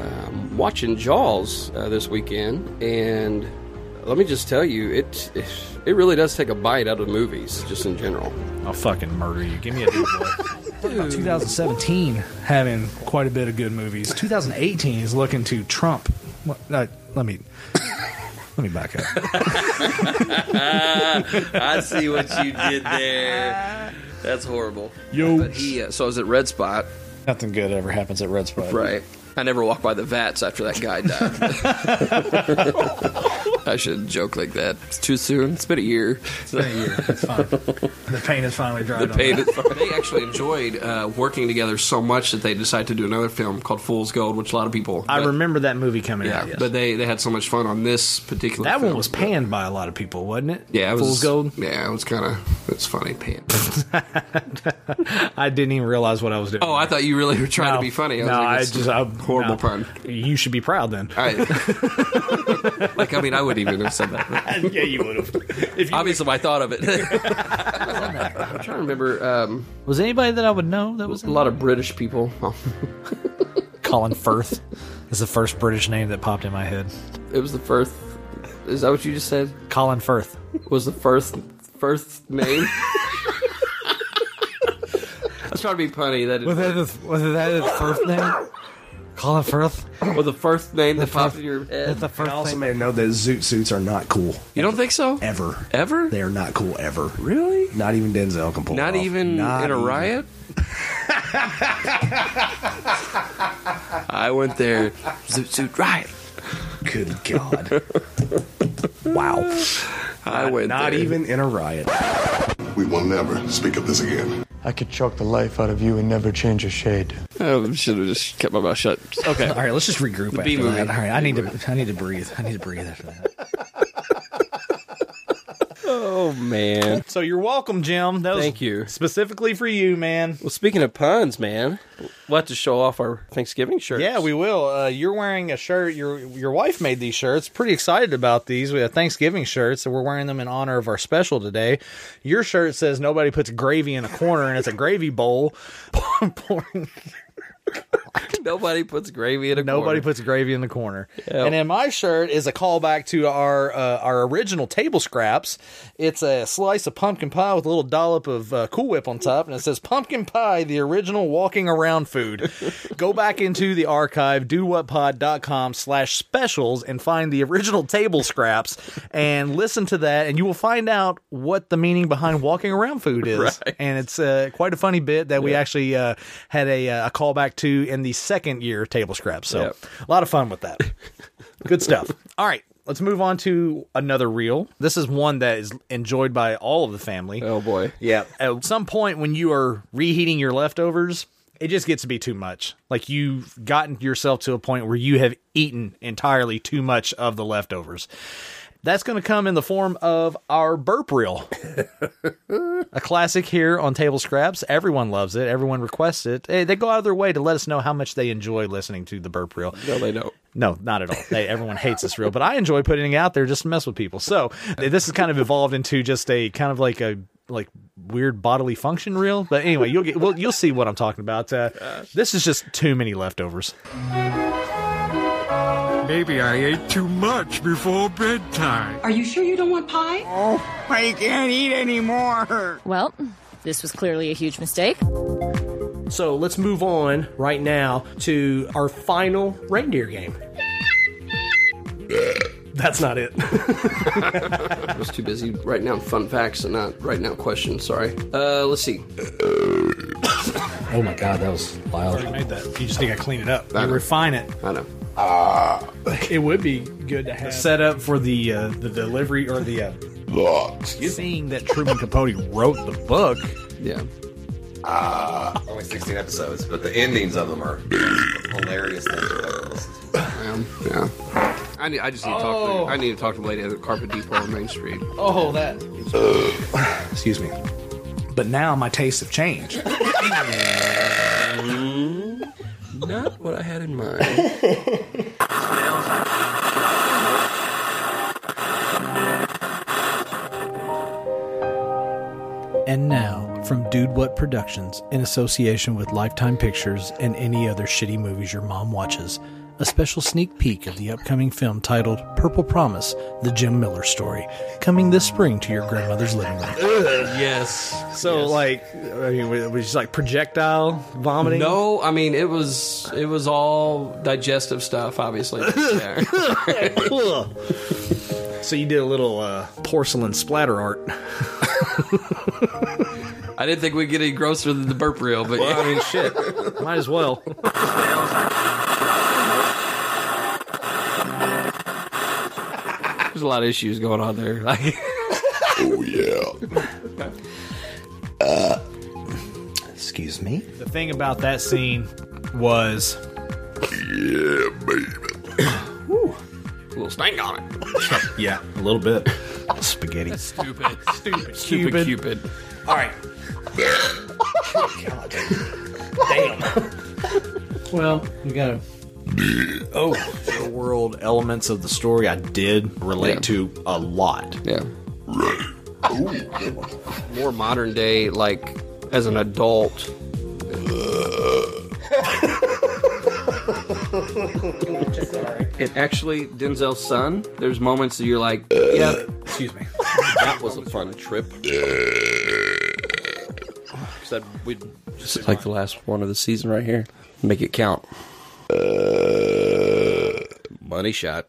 Um, watching Jaws uh, this weekend, and let me just tell you, it it really does take a bite out of movies, just in general. I'll fucking murder you. Give me a dude what. 2017 having quite a bit of good movies. 2018 is looking to trump. What, uh, let me let me back up. I see what you did there. That's horrible. Yo. But he, uh, so I was at Red Spot, Nothing good ever happens at Red Spot. right? I never walked by the vats after that guy died. I should joke like that. It's too soon. It's been a year. It's been a year. It's fine. The pain is finally dried. The pain is fine. They actually enjoyed uh, working together so much that they decided to do another film called Fool's Gold, which a lot of people. I remember that movie coming Yeah, out. Yes. but they, they had so much fun on this particular. that film. one was panned by a lot of people, wasn't it? Yeah, it was, Fool's Gold. Yeah, it was kind of. It's funny, pan. I didn't even realize what I was doing. Oh, I thought you really were trying No. to be funny. I was no, like, I it's just a I, horrible no. pun. You should be proud then. I, like, I mean, I wouldn't even have said that. yeah, you would have. Obviously, I thought of it. I'm trying to remember. Um, Was anybody that I would know that was a lot of British people. Well, Colin Firth is the first British name that popped in my head. it was the first. Is that what you just said? Colin Firth. Was the first first name? I was trying to be punny. That Was that his, was that his first name? Colin Firth. well, the first name that popped in your head. That's the first I also thing. may know that zoot suits are not cool you don't think so? ever. Ever? They are not cool ever. Really? Not even Denzel can pull. it Not off. even Not in a even. riot? I went there. Zoot zoot riot. Good God! wow. I went Not there. even in a riot. We will never speak of this again. I could choke the life out of you and never change a shade. I should have just kept my mouth shut. Okay. All right, let's just regroup after B movie. that. All right, I need to I need to breathe. I need to breathe after that. Oh man. So you're welcome, Jim. That was Thank you. specifically for you, man. Well, speaking of puns, man, we'll have to show off our Thanksgiving shirts. Yeah, we will. Uh, you're wearing a shirt. Your your wife made these shirts. Pretty excited about these. We have Thanksgiving shirts, so we're wearing them in honor of our special today. Your shirt says nobody puts gravy in a corner, and it's a gravy bowl. Pouring- Nobody puts gravy in a nobody corner. puts gravy in the corner. And then my shirt is a callback to our uh, our original table scraps. It's a slice of pumpkin pie with a little dollop of uh, Cool Whip on top, and it says "Pumpkin Pie, the original walking around food." Go back into the archive, dowhatpod.com slash specials, and find the original table scraps, and listen to that, and you will find out what the meaning behind walking around food is. And it's uh, quite a funny bit that we actually uh, had a, uh, a callback to in the second year table scraps. So Yep. a lot of fun with that. Good stuff. All right, let's move on to another reel. This is one that is enjoyed by all of the family. Oh boy. Yeah. At some point when you are reheating your leftovers, it just gets to be too much. Like you've gotten yourself to a point where you have eaten entirely too much of the leftovers. That's going to come in the form of our burp reel. a classic here on Table Scraps. Everyone loves it. Everyone requests it. Hey, they go out of their way to let us know how much they enjoy listening to the burp reel. No, they don't. No, not at all. They, everyone hates this reel, but I enjoy putting it out there just to mess with people. So this has kind of evolved into just a kind of like a like weird bodily function reel. But anyway, you'll get well, you'll see what I'm talking about. Uh, this is just too many leftovers. Maybe I ate too much before bedtime. Are you sure you don't want pie? I can't eat anymore. Well, this was clearly a huge mistake. So let's move on right now to our final reindeer game. That's not it. I was too busy writing down fun facts and not writing down questions. Sorry. Uh, let's see. Oh my god, that was You loud. made that. You just need to clean it up. You refine it. I know. It would be good to have set up for the uh, the delivery or the. Uh, Seeing that Truman Capote wrote the book, Yeah. Only 16 episodes, but the endings of them are hilarious things. I've ever listened to. Um, yeah. I, need, I just need to talk. To, I need to talk to the lady at the Carpet Depot on Main Street. oh that Excuse me. But now my tastes have changed. Not what I had in mind. And now, from Dude What Productions, in association with Lifetime Pictures and any other shitty movies your mom watches, a special sneak peek of the upcoming film titled Purple Promise The Jim Miller Story, coming this spring to your grandmother's living room. yes. so like I mean, was it just like projectile vomiting? No, I mean it was it was all digestive stuff. Obviously. Yeah. so you did a little uh, porcelain splatter art. I didn't think we'd get any grosser than the burp reel, but yeah. I mean, shit. Might as well. There's a lot of issues going on there. Like, Oh, yeah. Uh, excuse me? The thing about that scene was yeah, baby. a little stank on it. Yeah, a little bit. spaghetti. Stupid, stupid, stupid, Cupid. All right. Well, you gotta. Oh, the world elements of the story I did relate Yeah. to a lot. Yeah. More modern day, like as an adult. it actually, Denzel's son. There's moments that you're like, yeah, Excuse me. that was a fun trip. Said we'd just like the last one of the season right here. Make it count. money shot.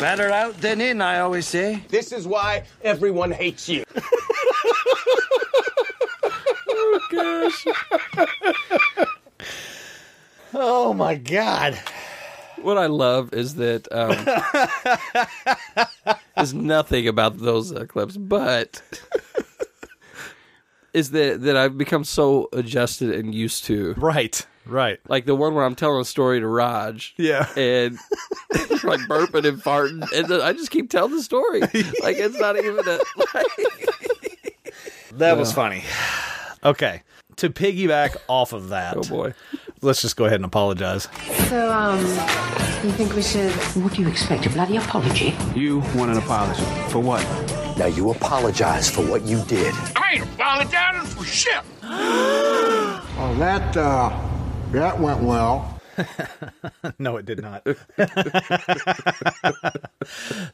Better out than in, I always say. This is why everyone hates you. Oh my god. What I love is that um, there's nothing about those uh, clips, but is that that I've become so adjusted and used to. Right. Right. Like the one where I'm telling a story to Raj, Yeah. and like burping and farting, and then I just keep telling the story. Like it's not even a. That was funny. Okay. To piggyback off of that, oh boy, let's just go ahead and apologize. So, um, you think we should. What do you expect? A bloody apology? You want an apology. For what? Now you apologize for what you did. I ain't apologizing for shit. Well, that, uh, that went well. No, it did not.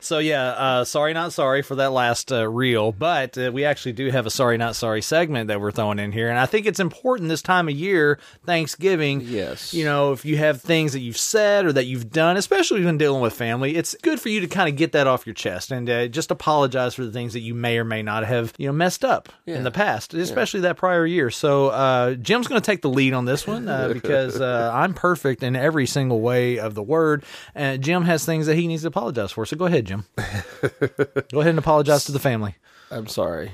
so yeah, uh, sorry not sorry for that last uh, reel, but uh, we actually do have a sorry not sorry segment that we're throwing in here, and I think it's important this time of year, Thanksgiving. Yes. you know if you have things that you've said or that you've done, especially when dealing with family, it's good for you to kind of get that off your chest and uh, just apologize for the things that you may or may not have you know messed up Yeah. in the past, especially that prior year. So uh, Jim's going to take the lead on this one uh, because uh, I'm perfect in every single way of the word, and Jim has things that he needs to apologize for. So go ahead, Jim. go ahead and apologize to the family. I'm sorry.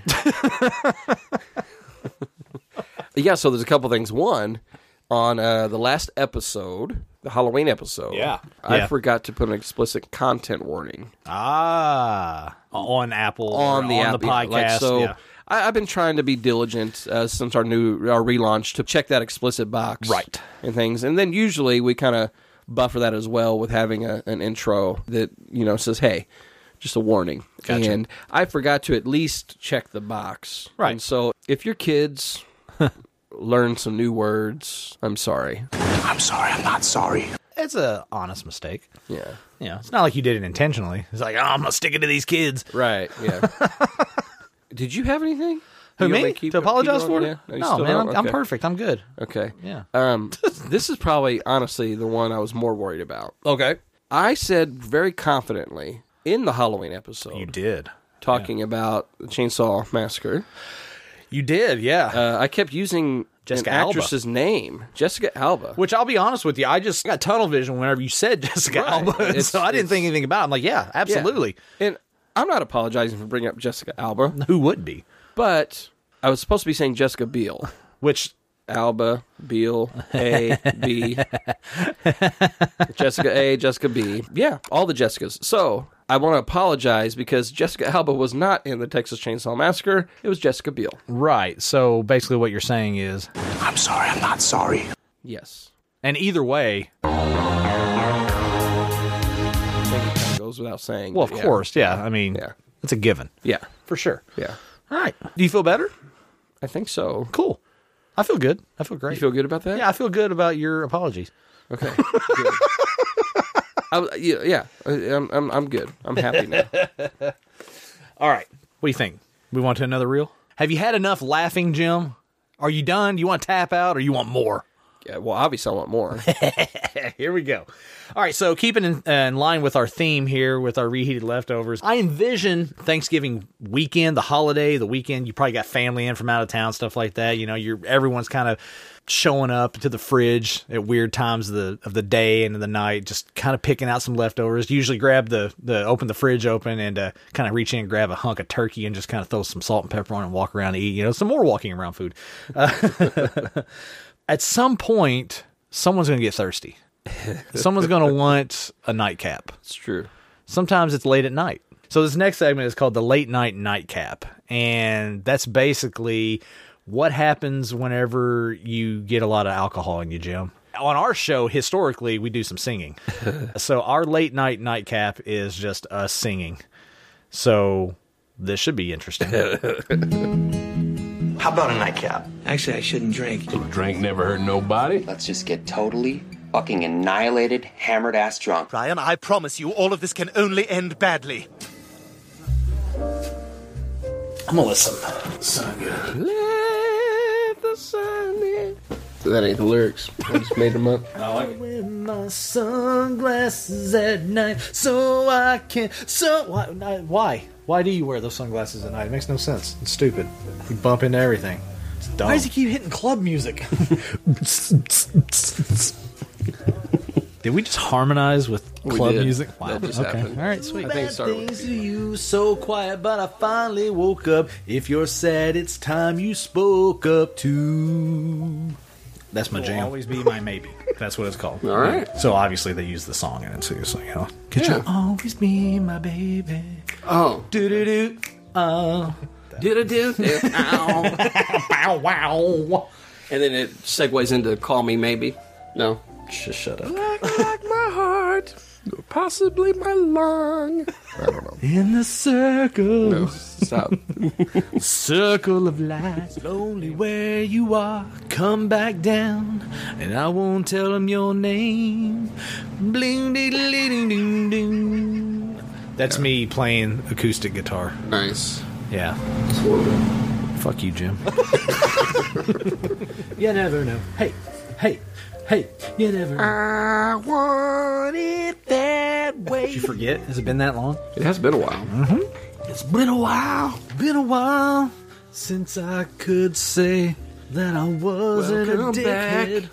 yeah, so there's a couple things. One, on uh, the last episode, the Halloween episode, Yeah. I Yeah. forgot to put an explicit content warning Ah, on Apple, or Mm. on the on app. the Yeah, podcast. like, so yeah. I, I've been trying to be diligent uh, since our new our relaunch to check that explicit box, Right. and things. And then usually we kind of buffer that as well with having a, an intro that you know says, "Hey." Just a warning, Gotcha. and I forgot to at least check the box. Right. And so, if your kids learn some new words, I'm sorry. It's a honest mistake. Yeah. Yeah, it's not like you did it intentionally. It's like, oh, I'm gonna stick it to these kids. Right. Yeah. Did you have anything? Who You want me? keep- to apologize keep for going? it? Yeah? you No, still man, I'm, don't? I'm Okay. Oh. perfect. I'm good. Okay. Yeah. Um, this is probably honestly the one I was more worried about. Okay. I said very confidently in the Halloween episode, You did. talking about the Chainsaw Massacre. You did. Yeah. Uh, I kept using Jessica an Alba. actress's name, Jessica Alba. Which I'll be honest with you, I just got tunnel vision whenever you said Jessica Right. Alba, and It's- so I didn't think anything about. it. I'm like, yeah, Yeah. absolutely. And I'm not apologizing for bringing up Jessica Alba, Who would be? but I was supposed to be saying Jessica Biel. Which Alba, Beal, A, B. Jessica A, Jessica B. Yeah, all the Jessicas. So I want to apologize because Jessica Alba was not in the Texas Chainsaw Massacre. It was Jessica Biel. right? So basically, what you're saying is, Yes. and either way, I think it kind of goes without saying. well, of but yeah. course, yeah. I mean, Yeah. it's a given Yeah. for sure. Yeah. All right. Do you feel better? I think so. Cool. I feel good. I feel great. You feel good about that? yeah, I feel good about your apologies. Okay. Good. I, yeah, yeah. I- I'm, I'm, I'm good. I'm happy now. All right. What do you think? We want to another reel? Have you had enough laughing, Jim? Are you done? Do you want to tap out or you want more? Yeah, well, obviously, I want more. here we go. All right, so keeping in, uh, in line with our theme here with our reheated leftovers, I envision Thanksgiving weekend, the holiday, the weekend. You probably got family in from out of town, stuff like that. You know, you're everyone's kind of showing up to the fridge at weird times of the of the day and of the night, just kind of picking out some leftovers. Usually, grab the the open the fridge open and uh, kind of reach in and grab a hunk of turkey and just kind of throw some salt and pepper on and walk around and eat. You know, some more walking around food. Uh, at some point, someone's going to get thirsty. someone's going to want a nightcap. It's true. Sometimes it's late at night. So this next segment is called the late night nightcap, and that's basically what happens whenever you get a lot of alcohol in you, Jim? On our show, historically, we do some singing. so our late night nightcap is just us singing. So this should be interesting. How about a nightcap? Actually, I shouldn't drink. Drink never hurt nobody. Let's just get totally fucking annihilated, hammered ass drunk. Ryan, I promise you, all of this can only end badly. I'm gonna listen. Son, Let the sun in. That ain't the lyrics. I just made them up. I like it. With my sunglasses at night, so I can. So why? Why, why do you wear those sunglasses at night? It makes no sense. It's stupid. You bump into everything. It's dumb. Why does he keep hitting club music? Did we just harmonize with We club did. music? Wow. That just okay. happened. All right, sweet. I think it started with Things to you so quiet, but I finally woke up. If you're sad, it's time you spoke up too. That's my jam. Always be my maybe. That's what it's called. All right. So obviously they use the song in it too. So you know, could Yeah. you always be my baby? Oh. Do do do. Oh. Did a do. Ow. Wow wow. And then it segues into Call Me Maybe. No. Just shut up. like my heart, possibly my lung. I don't know. In the circle, Oh, Stop. circle of life, lonely where you are, come back down, and I won't tell them your name. Bling, ding, ding, ding, ding. That's me playing acoustic guitar. Nice. Yeah. Fuck you, Jim. You never know. Hey, hey, hey, you never know. I want it that way. Did you forget? Has it been that long? It has been a while. It's been a while, been a while since I could say that I wasn't Welcome a back. dickhead.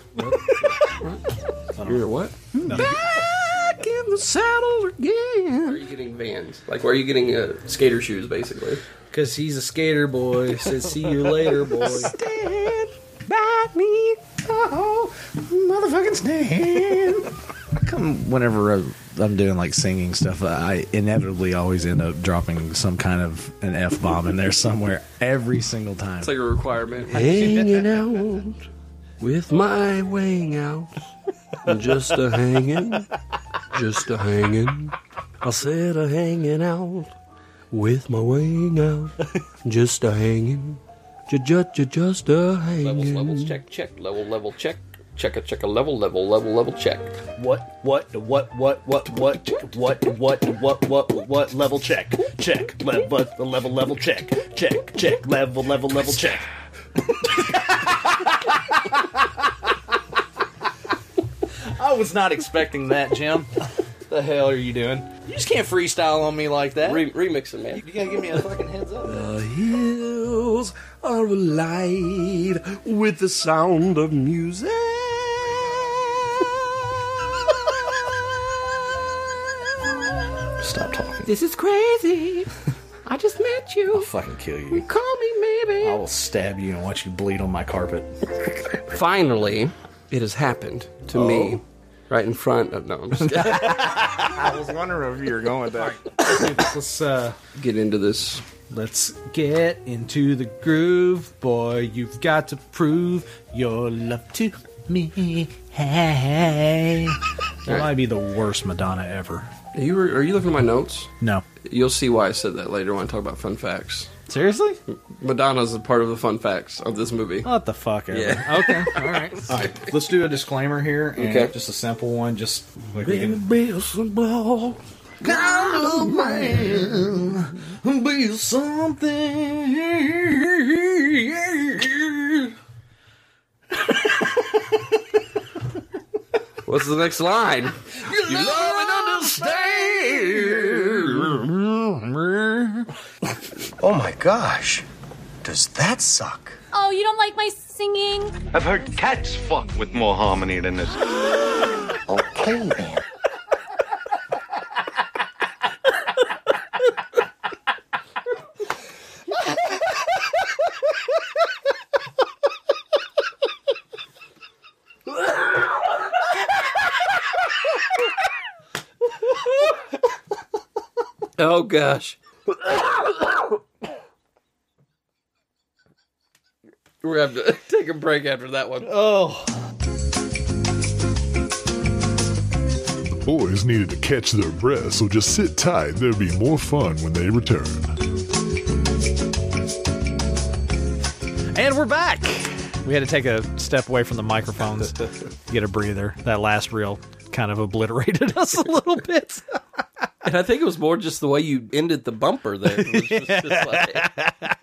You're what? Back in the saddle again. Where are you getting vans? Like, where are you getting uh, skater shoes, basically? Because he's a skater boy. Says, see you later, boy. Stand by me. Oh, motherfucking stand. Come whenever I- I'm doing like singing stuff, I inevitably always end up dropping some kind of an f bomb in there somewhere every single time. It's like a requirement. Hanging out with my wing out. Just a hanging. Just a hanging. I said a hanging out with my wing out. Just a hanging. Just, just, just a Levels, hanging. levels, check, check. Level, level, check. Check a check a level, level, level, level, check. What, what, what, what, what, what, what, what, what, what, what, level check, check, level, level, level, check, check, check, level, level, level, check. I was not expecting that, Jim. the hell are you doing? You just can't freestyle on me like that. Re- remix it, man. you gotta give me a fucking heads up. The hills are alive with the sound of music. Stop talking. This is crazy. I just met you. Fucking kill you. Call me maybe. I will stab you and watch you bleed on my carpet. Finally, it has happened to me. Right in front of. No, I'm just kidding. Oh. I was wondering if you were going with that. Let's uh, get into this. let's get into the groove, boy. You've got to prove your love to me. Hey, That might be the worst Madonna ever. Are you, are you looking at my notes? No. You'll see why I said that later when I talk about fun facts. Seriously? Madonna's a part of the fun facts of this movie. Oh. What the fuck ever. Yeah. Okay. All right. All right. Let's do a disclaimer here. And Okay. Just a simple one. Just like we Be can- ball. kind of man, be something. What's the next line? you, you love and understand. oh my gosh. Does that suck? Oh, you don't like my singing? I've heard cats fuck with more harmony than this. okay then. Oh gosh. We're gonna have to take a break after that one. Oh. The boys needed to catch their breath, so just sit tight. There'll be more fun when they return. And we're back. We had to take a step away from the microphones, get a breather. That last reel kind of obliterated us a little bit. And I think it was more just the way you ended the bumper there. It was just- just like-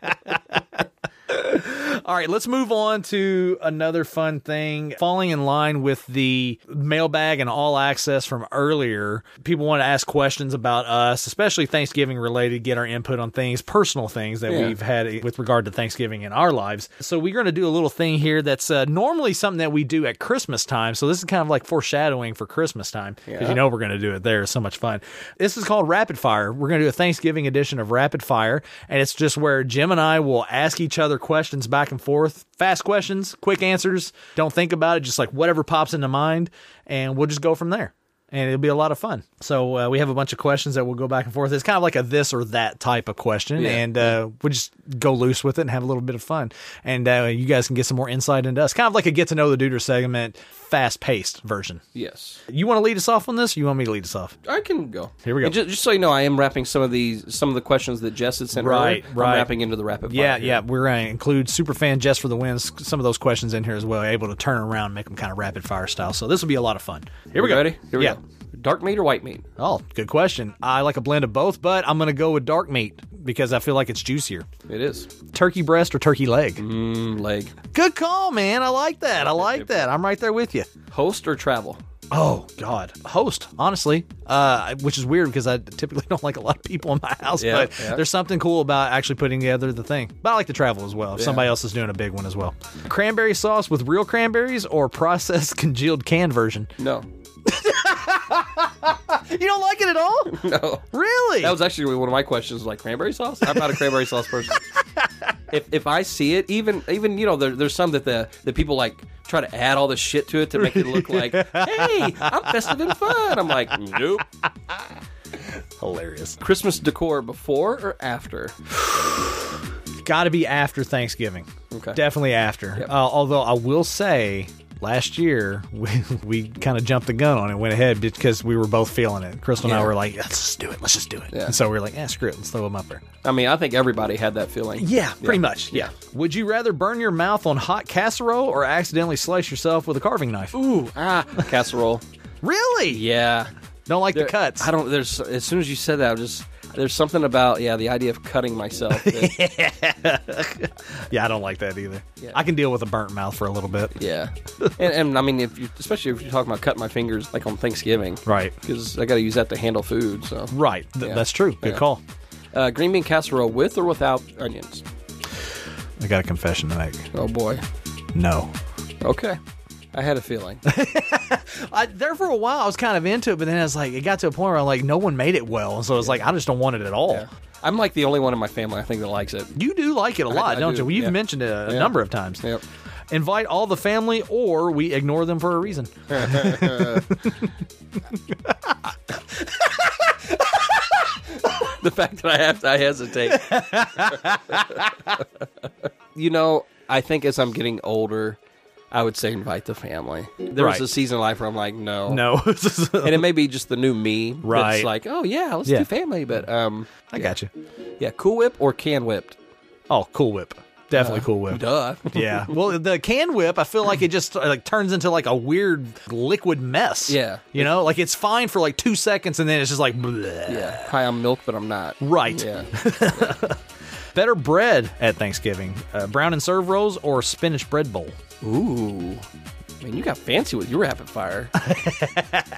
All right, let's move on to another fun thing. Falling in line with the mailbag and all access from earlier, people want to ask questions about us, especially Thanksgiving related, get our input on things, personal things that Yeah. we've had with regard to Thanksgiving in our lives. So we're going to do a little thing here that's uh, normally something that we do at Christmas time. So this is kind of like foreshadowing for Christmas time because you know we're going to do it there. It's so much fun. This is called Rapid Fire. We're going to do a Thanksgiving edition of Rapid Fire, and it's just where Jim and I will ask each other questions back and forth, fast questions, quick answers. Don't think about it, just like whatever pops into mind, and we'll just go from there. And it'll be a lot of fun. So uh, we have a bunch of questions that we'll go back and forth. It's kind of like a this or that type of question, and uh, we'll just go loose with it and have a little bit of fun. And uh, you guys can get some more insight into us. Kind of like a get to know the duder segment, fast paced version. yes. You want to lead us off on this? Or you want me to lead us off? I can go. Here we go. And ju- just, so you know, I am wrapping some of these, some of the questions that Jess had sent. Right, earlier. right. I'm wrapping into the rapid. fire Yeah, here. yeah. We're going to include Superfan Jess for the Wins, some of those questions in here as well, able to turn around and make them kind of rapid fire style. So this will be a lot of fun. Here we go. Ready? Here we Yeah. go. Dark meat or white meat? Oh, good question. I like a blend of both, but I'm going to go with dark meat because I feel like it's juicier. It is. Turkey breast or turkey leg? Mm, leg. Good call, man. I like that. I like that. I'm right there with you. Host or travel? Oh God, host. Honestly, uh, which is weird because I typically don't like a lot of people in my house, Yeah, but yeah. there's something cool about actually putting together the thing. But I like to travel as well. If somebody else is doing a big one as well, cranberry sauce with real cranberries or processed congealed canned version. No. You don't like it at all? No. Really? That was actually one of my questions. Like cranberry sauce? I'm not a cranberry sauce person. If, if I see it, even even you know, there, there's some that the the people like try to add all this shit to it to make it look like, hey, I'm festive and fun. I'm like, nope. hilarious. Christmas decor before or after? Got to be after Thanksgiving. Okay. Definitely after. Uh, although I will say. Last year, we, we kind of jumped the gun on it, went ahead because we were both feeling it. Crystal and I Yeah. were like, let's just do it. Let's just do it. Yeah. And so we were like, yeah, screw it. Let's throw them up there. I mean, I think everybody had that feeling. Yeah, pretty much. Yeah. Would you rather burn your mouth on hot casserole or accidentally slice yourself with a carving knife? Ooh, ah, casserole. Really? Yeah. Don't like There- the cuts. I don't. There's as soon as you said that, I was just there's something about yeah the idea of cutting myself. that- Yeah, I don't like that either. Yeah. I can deal with a burnt mouth for a little bit. yeah, and, and I mean if you, especially if you're talking about cutting my fingers like on Thanksgiving, Right. Because I got to use that to handle food. So Right. Th- Yeah. That's true. Good Yeah. call. uh, green bean casserole with or without onions. I got a confession to make. Oh boy. No. Okay. I had a feeling. I, there for a while, I was kind of into it, but then I was like, it got to a point where I'm like, no one made it well. And so I was like, I just don't want it at all. I'm like the only one in my family I think that likes it. You do like it a lot, I don't do, you? Well, you've yeah. mentioned it a Yeah. number of times. Yep. Invite all the family, or we ignore them for a reason. the fact that I have to, I hesitate. you know, I think as I'm getting older, I would say invite the family. There Right. was a season of life where I'm like, no, No. and it may be just the new me. that's Right. like, oh yeah, let's Yeah. do family, but um, I got you. yeah, Cool Whip or Can Whipped. Oh, Cool Whip. Uh, Definitely Cool Whip. Duh. Yeah. Well, the can whip, I feel like it just like turns into like a weird liquid mess. Yeah. You know, like it's fine for like two seconds and then it's just like, bleh. yeah. Hi, I'm milk, but I'm not. Right. Yeah. Better bread at Thanksgiving, uh, brown and serve rolls or spinach bread bowl. Ooh. Man, you got fancy with your rapid fire.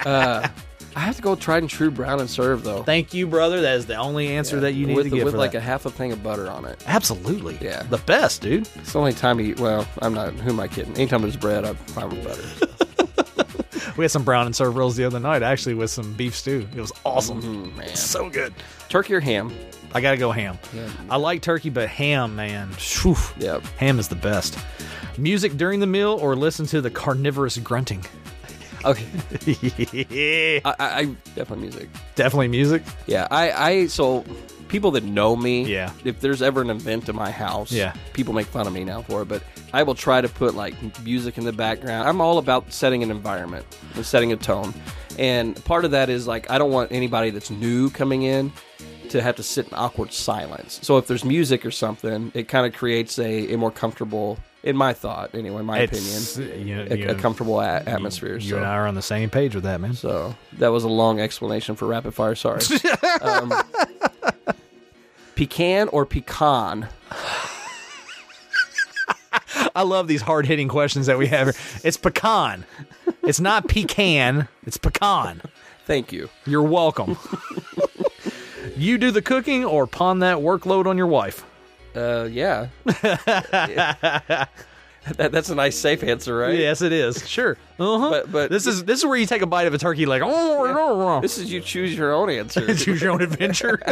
uh, I have to go tried and true brown and serve though. Thank you, brother. That is the only answer yeah. that you need with, to give with like that. a half a thing of butter on it. Absolutely. Yeah. The best, dude. It's the only time to eat. Well, I'm not. Who am I kidding? Anytime there's bread, I'm fine with butter. we had some brown and serve rolls the other night, actually, with some beef stew. It was awesome. Mm, man. So good. Turkey or ham? I gotta go ham. Yeah. I like turkey, but ham, man. Whew. Yep. Ham is the best. Music during the meal or listen to the carnivorous grunting. Okay. yeah. I, I, I, definitely music. Definitely music. Yeah. I I so people that know me. Yeah. If there's ever an event in my house. Yeah. People make fun of me now for it, but I will try to put like music in the background. I'm all about setting an environment and setting a tone, and part of that is like I don't want anybody that's new coming in to have to sit in awkward silence. So if there's music or something, it kind of creates a, a more comfortable, in my thought, anyway, my It's- opinion, you know- a, you a know- comfortable a- atmosphere. You so. and I are on the same page with that, man. so that was a long explanation for rapid fire. Sorry. um, pecan or pecan? I love these hard hitting questions that we have. here. It's pecan. It's not pecan. It's pecan. Thank you. You're welcome. you do the cooking or pawn that workload on your wife. Uh, yeah. that, that's a nice safe answer, right? Yes, it is. Sure. Uh-huh. But- but- this is this is where you take a bite of a turkey, like oh, oh, oh. This is you choose your own answer. choose your own adventure.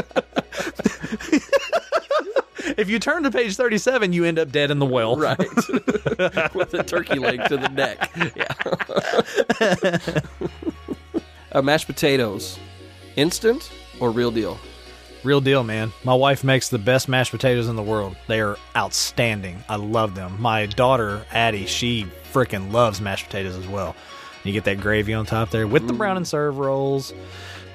if you turn to page thirty-seven, you end up dead in the well. right with the turkey leg to the neck yeah uh, mashed potatoes instant or real deal Real deal, man. My wife makes the best mashed potatoes in the world. They are outstanding. I love them. My daughter, Addie, she freaking loves mashed potatoes as well. You get that gravy on top there with the Mm. brown and serve rolls.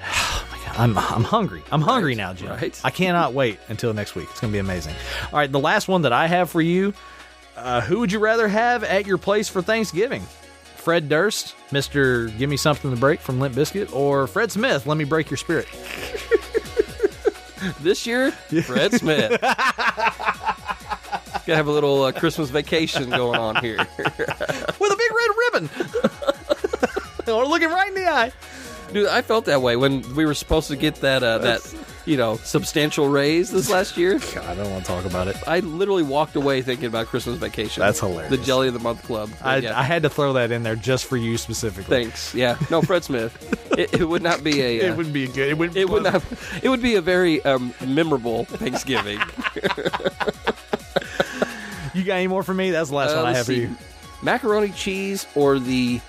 Oh my God, I'm, I'm hungry. I'm hungry now, Jim. right. I cannot wait until next week. It's going to be amazing. All right, the last one that I have for you uh, Who would you rather have at your place for Thanksgiving? Fred Durst, Mr. Give Me Something to Break from Limp Biscuit, or Fred Smith, Let Me Break Your Spirit? this year fred smith gotta have a little uh, christmas vacation going on here with a big red ribbon. or looking right in the eye. dude i felt that way when we were supposed to get that uh, that you know substantial raise this last year God, I don't want to talk about it. I literally walked away thinking about Christmas vacation. That's hilarious. The Jelly of the Month Club. I, Yeah. I had to throw that in there just for you specifically. Thanks. Yeah. No, Fred Smith. it, it would not be a. uh, It would be good. It would. it would not. It would be a very um, memorable Thanksgiving. You got any more for me? That's the last Uh, one I let's have for see. you. Macaroni cheese or the,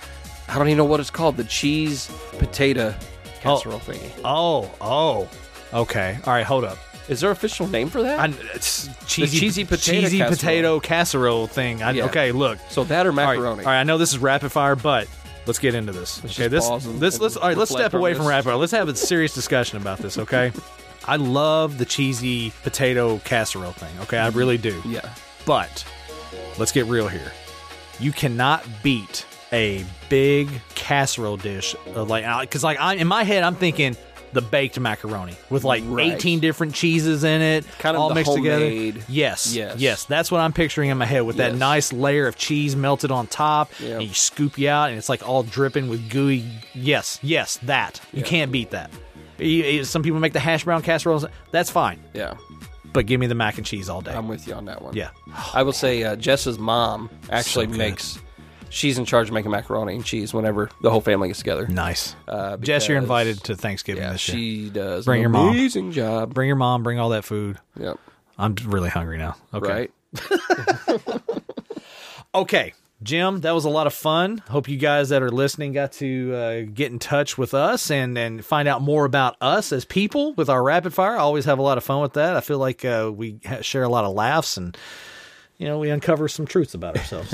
I don't even know what it's called. The cheese potato casserole thingy. Oh, oh, okay. All right, hold up. Is there an official name for that? I, it's cheesy, cheesy potato cheesy casserole. potato casserole thing. I, Yeah. Okay, look. so that or All right, macaroni? All right, I know this is rapid fire, but let's get into this. okay, just this pause and- this and let's all right, let's reflect step on away this. from rapid fire. Let's have a serious discussion about this. Okay, I love the cheesy potato casserole thing. Okay, I really do. Yeah. But let's get real here. You cannot beat a big casserole dish of like because like I in my head I'm thinking the baked macaroni with like Right. 18 different cheeses in it, Kind of all the mixed homemade- together. Yes, Yes. yes, yes. That's what I'm picturing in my head with that Yes. nice layer of cheese melted on top, Yeah. and you scoop you out, and it's like all dripping with gooey. Yes, yes, that you Yeah. can't beat that. You- you- Some people make the hash brown casseroles. That's fine, Yeah, but give me the mac and cheese all day. I'm with you on that one. yeah. I will say uh, Jess's mom actually makes. She's in charge of making macaroni and cheese whenever the whole family gets together. Nice. Uh, Jess, you're because- invited to Thanksgiving Yeah, this year. she does. Bring an your mom. Amazing job. Bring your mom, bring all that food. Yep. I'm really hungry now. Okay. Right. Okay. Jim, that was a lot of fun. Hope you guys that are listening got to uh, get in touch with us and, and find out more about us as people with our rapid fire. I always have a lot of fun with that. I feel like uh, we ha- share a lot of laughs and, you know, we uncover some truths about ourselves.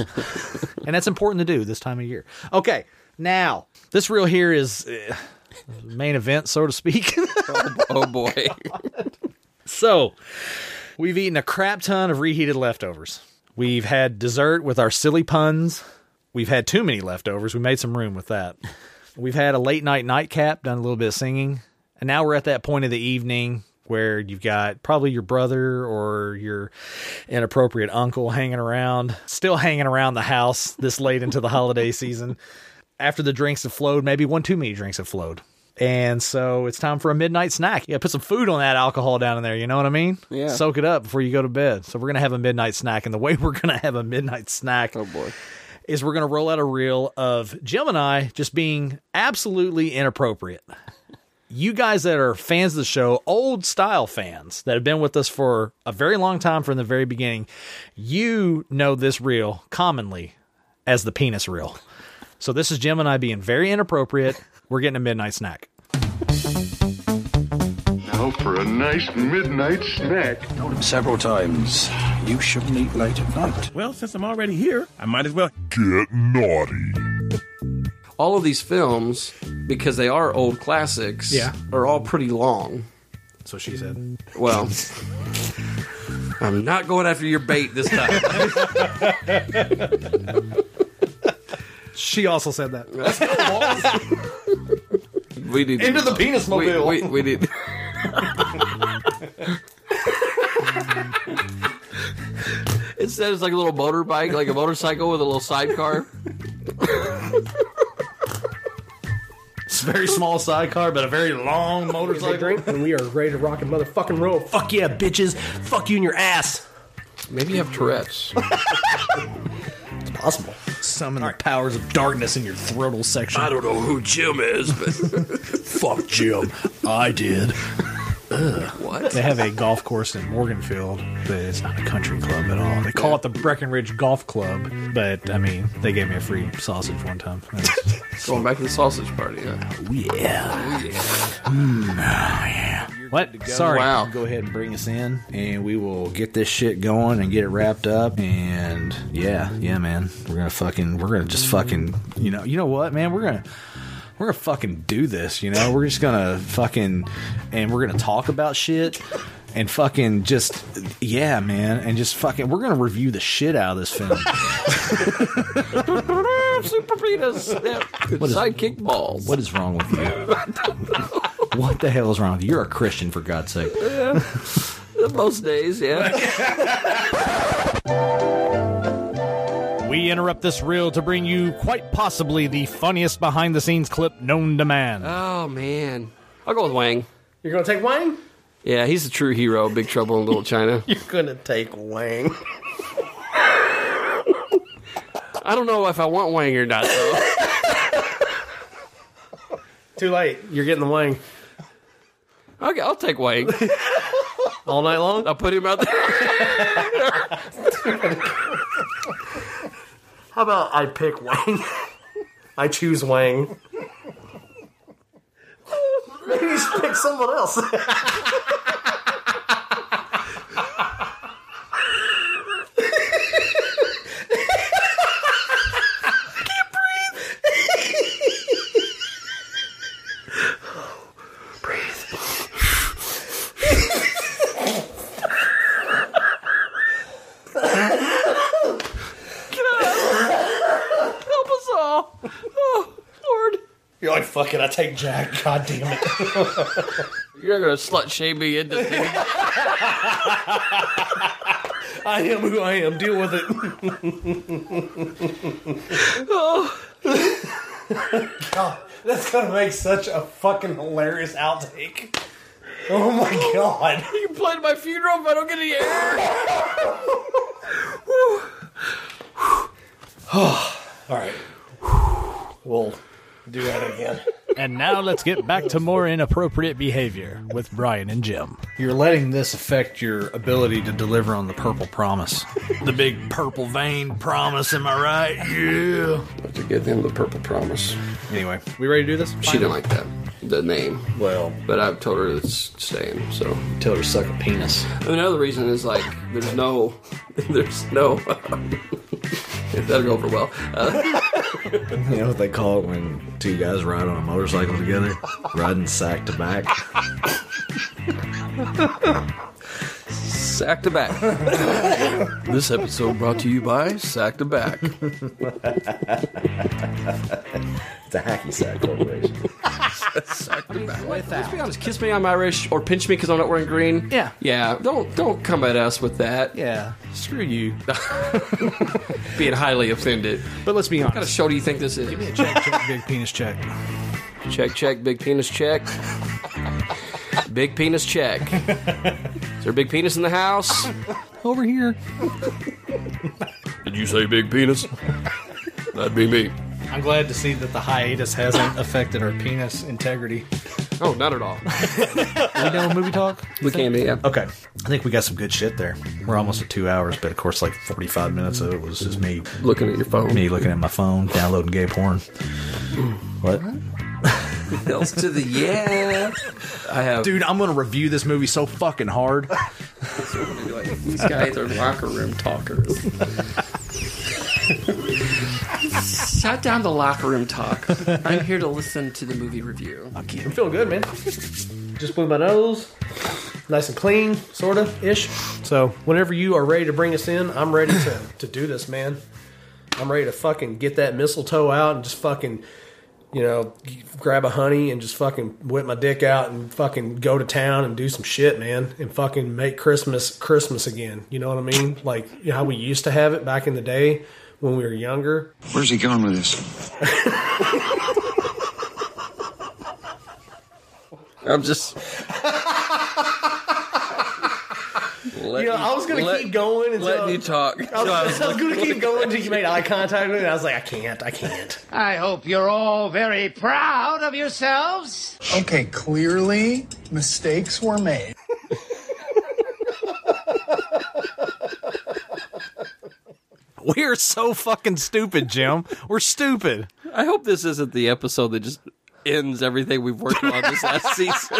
and that's important to do this time of year. Okay. Now, this reel here is uh, main event, so to speak. Oh boy. So, we've eaten a crap ton of reheated leftovers. We've had dessert with our silly puns. We've had too many leftovers. We made some room with that. We've had a late night nightcap, done a little bit of singing. And now we're at that point of the evening where you've got probably your brother or your inappropriate uncle hanging around, still hanging around the house this late into the holiday season. After the drinks have flowed, maybe one too many drinks have flowed. And so it's time for a midnight snack. Yeah, put some food on that alcohol down in there. You know what I mean? Yeah. Soak it up before you go to bed. So we're gonna have a midnight snack, and the way we're gonna have a midnight snack, oh boy, is we're gonna roll out a reel of Gemini just being absolutely inappropriate. You guys that are fans of the show, old style fans that have been with us for a very long time from the very beginning, you know this reel commonly as the penis reel. So this is Gemini being very inappropriate. We're getting a midnight snack. Now for a nice midnight snack. I told him several times you shouldn't eat late at night. Well, since I'm already here, I might as well get naughty. All of these films, because they are old classics, yeah. are all pretty long. So she said. Well, I'm not going after your bait this time. She also said that. we need into the penis mobile. We, we, we need. Instead, it's like a little motorbike, like a motorcycle with a little sidecar. It's a very small sidecar, but a very long motorcycle. Drink, and we are ready to rock and motherfucking roll. Fuck yeah, bitches. Fuck you and your ass. Maybe you have Tourette's. it's possible summon the powers of darkness in your throatal section. I don't know who Jim is, but fuck Jim. I did. what? They have a golf course in Morganfield, but it's not a country club at all. They call it the Breckenridge Golf Club, but I mean, they gave me a free sausage one time. Going back to the sausage party, huh? Oh, yeah. Hmm, Oh, yeah. Mm, oh, yeah. What? Sorry. Wow. Go ahead and bring us in, and we will get this shit going and get it wrapped up. And yeah, yeah, man, we're gonna fucking, we're gonna just fucking, you know, you know what, man, we're gonna. We're gonna fucking do this, you know. We're just gonna fucking, and we're gonna talk about shit, and fucking just, yeah, man, and just fucking. We're gonna review the shit out of this film. Super penis, yeah. is- sidekick balls. What is wrong with you? What the hell is wrong with you? You're a Christian, for God's sake. Most days, yeah. We interrupt this reel to bring you quite possibly the funniest behind the scenes clip known to man. oh man, I'll go with Wang. You're gonna take Wang? Yeah, he's the true hero. Big Trouble in Little China. You're gonna take Wang. I don't know if I want Wang or not. Though. Too late. You're getting the Wang. Okay, I'll take Wang. All night long? I'll put him out there. How about I pick Wang? I choose Wang. Maybe you should pick someone else. Help us all. Oh Lord, You're like, fuck it, I take Jack. God damn it. you're not gonna slut shame me into things. I am who I am. Deal with it. Oh. God, that's gonna make such a fucking hilarious outtake. Oh my god. You played my funeral if I don't get any air. Alright. We'll do that again. And now let's get back to more inappropriate behavior with Brian and Jim. You're letting this affect your ability to deliver on the purple promise. The big purple vein promise, am I right? Yeah. To get them the purple promise. Anyway, we ready to do this? She didn't like that. The name. Well, But I've told her it's staying, so. tell her to suck a penis. Another reason is like there's no, there's no. that'll go over well. Uh, You know what they call it when two guys ride on a motorcycle together? Riding sack to back. sack to back. this episode brought to you by Sack to Back. It's a hacky sack corporation. I mean, let, let's be honest. Kiss me, I'm Irish, or pinch me because I'm not wearing green. Yeah, yeah. Don't don't come at us with that. Yeah, screw you. Being highly offended. But let's be honest. What kind of show do you think this is? Give me a check, check, big penis check. Check, check, big penis check. big penis check. Is there a big penis in the house? Over here. Did you say big penis? That'd be me. I'm glad to see that the hiatus hasn't affected our penis integrity. Oh, not at all. we know movie talk? We can be, yeah. Okay. I think we got some good shit there. We're almost at two hours, but of course, like 45 minutes of it was just me looking at your phone. Me looking at my phone, downloading gay porn. What? else to the yeah. I have, dude. I'm gonna review this movie so fucking hard. like, These guys are locker room talkers. Shut down the locker room talk. I'm here to listen to the movie review. I'm feeling good, man. Just blew my nose. Nice and clean, sort of ish. So, whenever you are ready to bring us in, I'm ready to, to do this, man. I'm ready to fucking get that mistletoe out and just fucking you know, grab a honey and just fucking whip my dick out and fucking go to town and do some shit, man, and fucking make Christmas Christmas again. You know what I mean? Like how we used to have it back in the day when we were younger. Where's he going with this? I'm just. you know, I was gonna let- keep going until letting you talk. I was, I was gonna keep going until you made eye contact with me. and I was like, I can't, I can't. I hope you're all very proud of yourselves. Okay, clearly mistakes were made. We are so fucking stupid, Jim. We're stupid. I hope this isn't the episode that just ends everything we've worked on this last season.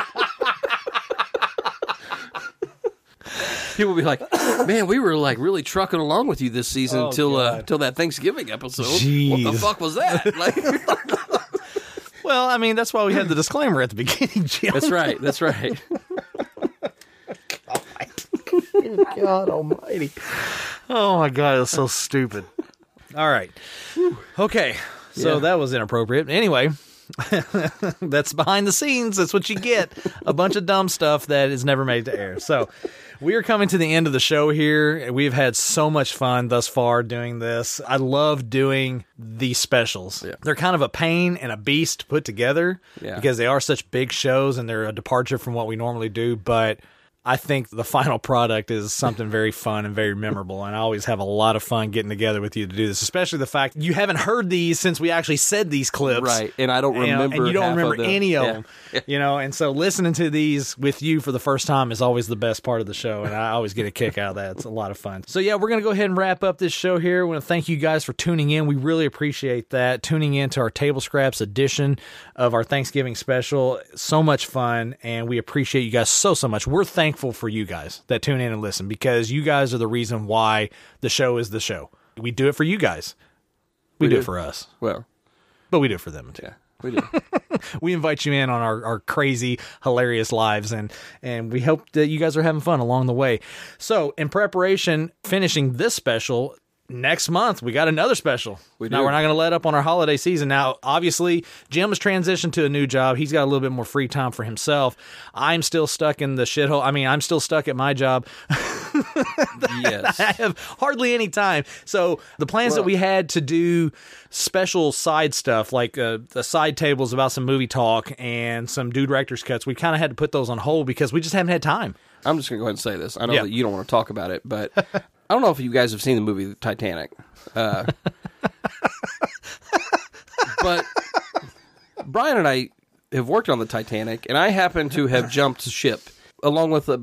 People will be like, "Man, we were like really trucking along with you this season until uh, until that Thanksgiving episode. What the Jeez. fuck was that?" Like, Well, I mean, that's why we had the disclaimer at the beginning, Jim. That's right. That's right. God Almighty. Oh my God, that's so stupid. All right. Okay. So Yeah. that was inappropriate. Anyway, that's behind the scenes. That's what you get. A bunch of dumb stuff that is never made to air. So we are coming to the end of the show here. We've had so much fun thus far doing this. I love doing these specials. They're kind of a pain and a beast to put together Yeah. because they are such big shows and they're a departure from what we normally do, but I think the final product is something very fun and very memorable. And I always have a lot of fun getting together with you to do this, especially the fact you haven't heard these since we actually said these clips. Right, and I don't You know, remember and you don't half of remember them. any of Yeah. them. You know, and so listening to these with you for the first time is always the best part of the show. And I always get a kick out of that. It's a lot of fun. So, yeah, we're going to go ahead and wrap up this show here. We want to thank you guys for tuning in. We really appreciate that. Tuning in to our Table Scraps edition of our Thanksgiving special. So much fun. And we appreciate you guys so, so much. We're thankful for you guys that tune in and listen because you guys are the reason why the show is the show. We do it for you guys. We, do, do. it for us, well, but we do it for them too yeah, we do. we invite you in on our, our crazy, hilarious lives, and and we hope that you guys are having fun along the way. So, in preparation, finishing this special. Next month we got another special. We now do. we're not going to let up on our holiday season. Now, obviously, Jim has transitioned to a new job. He's got a little bit more free time for himself. I'm still stuck in the shithole. I mean, I'm still stuck at my job. Yes. I have hardly any time. So the plans that we had to do special side stuff, like uh, the side tables about some movie talk and some dude director's cuts, we kind of had to put those on hold because we just haven't had time. I'm just gonna go ahead and say this. I know Yeah. that you don't want to talk about it, but I don't know if you guys have seen the movie Titanic, uh, but Brian and I have worked on the Titanic, and I happen to have jumped ship along with a,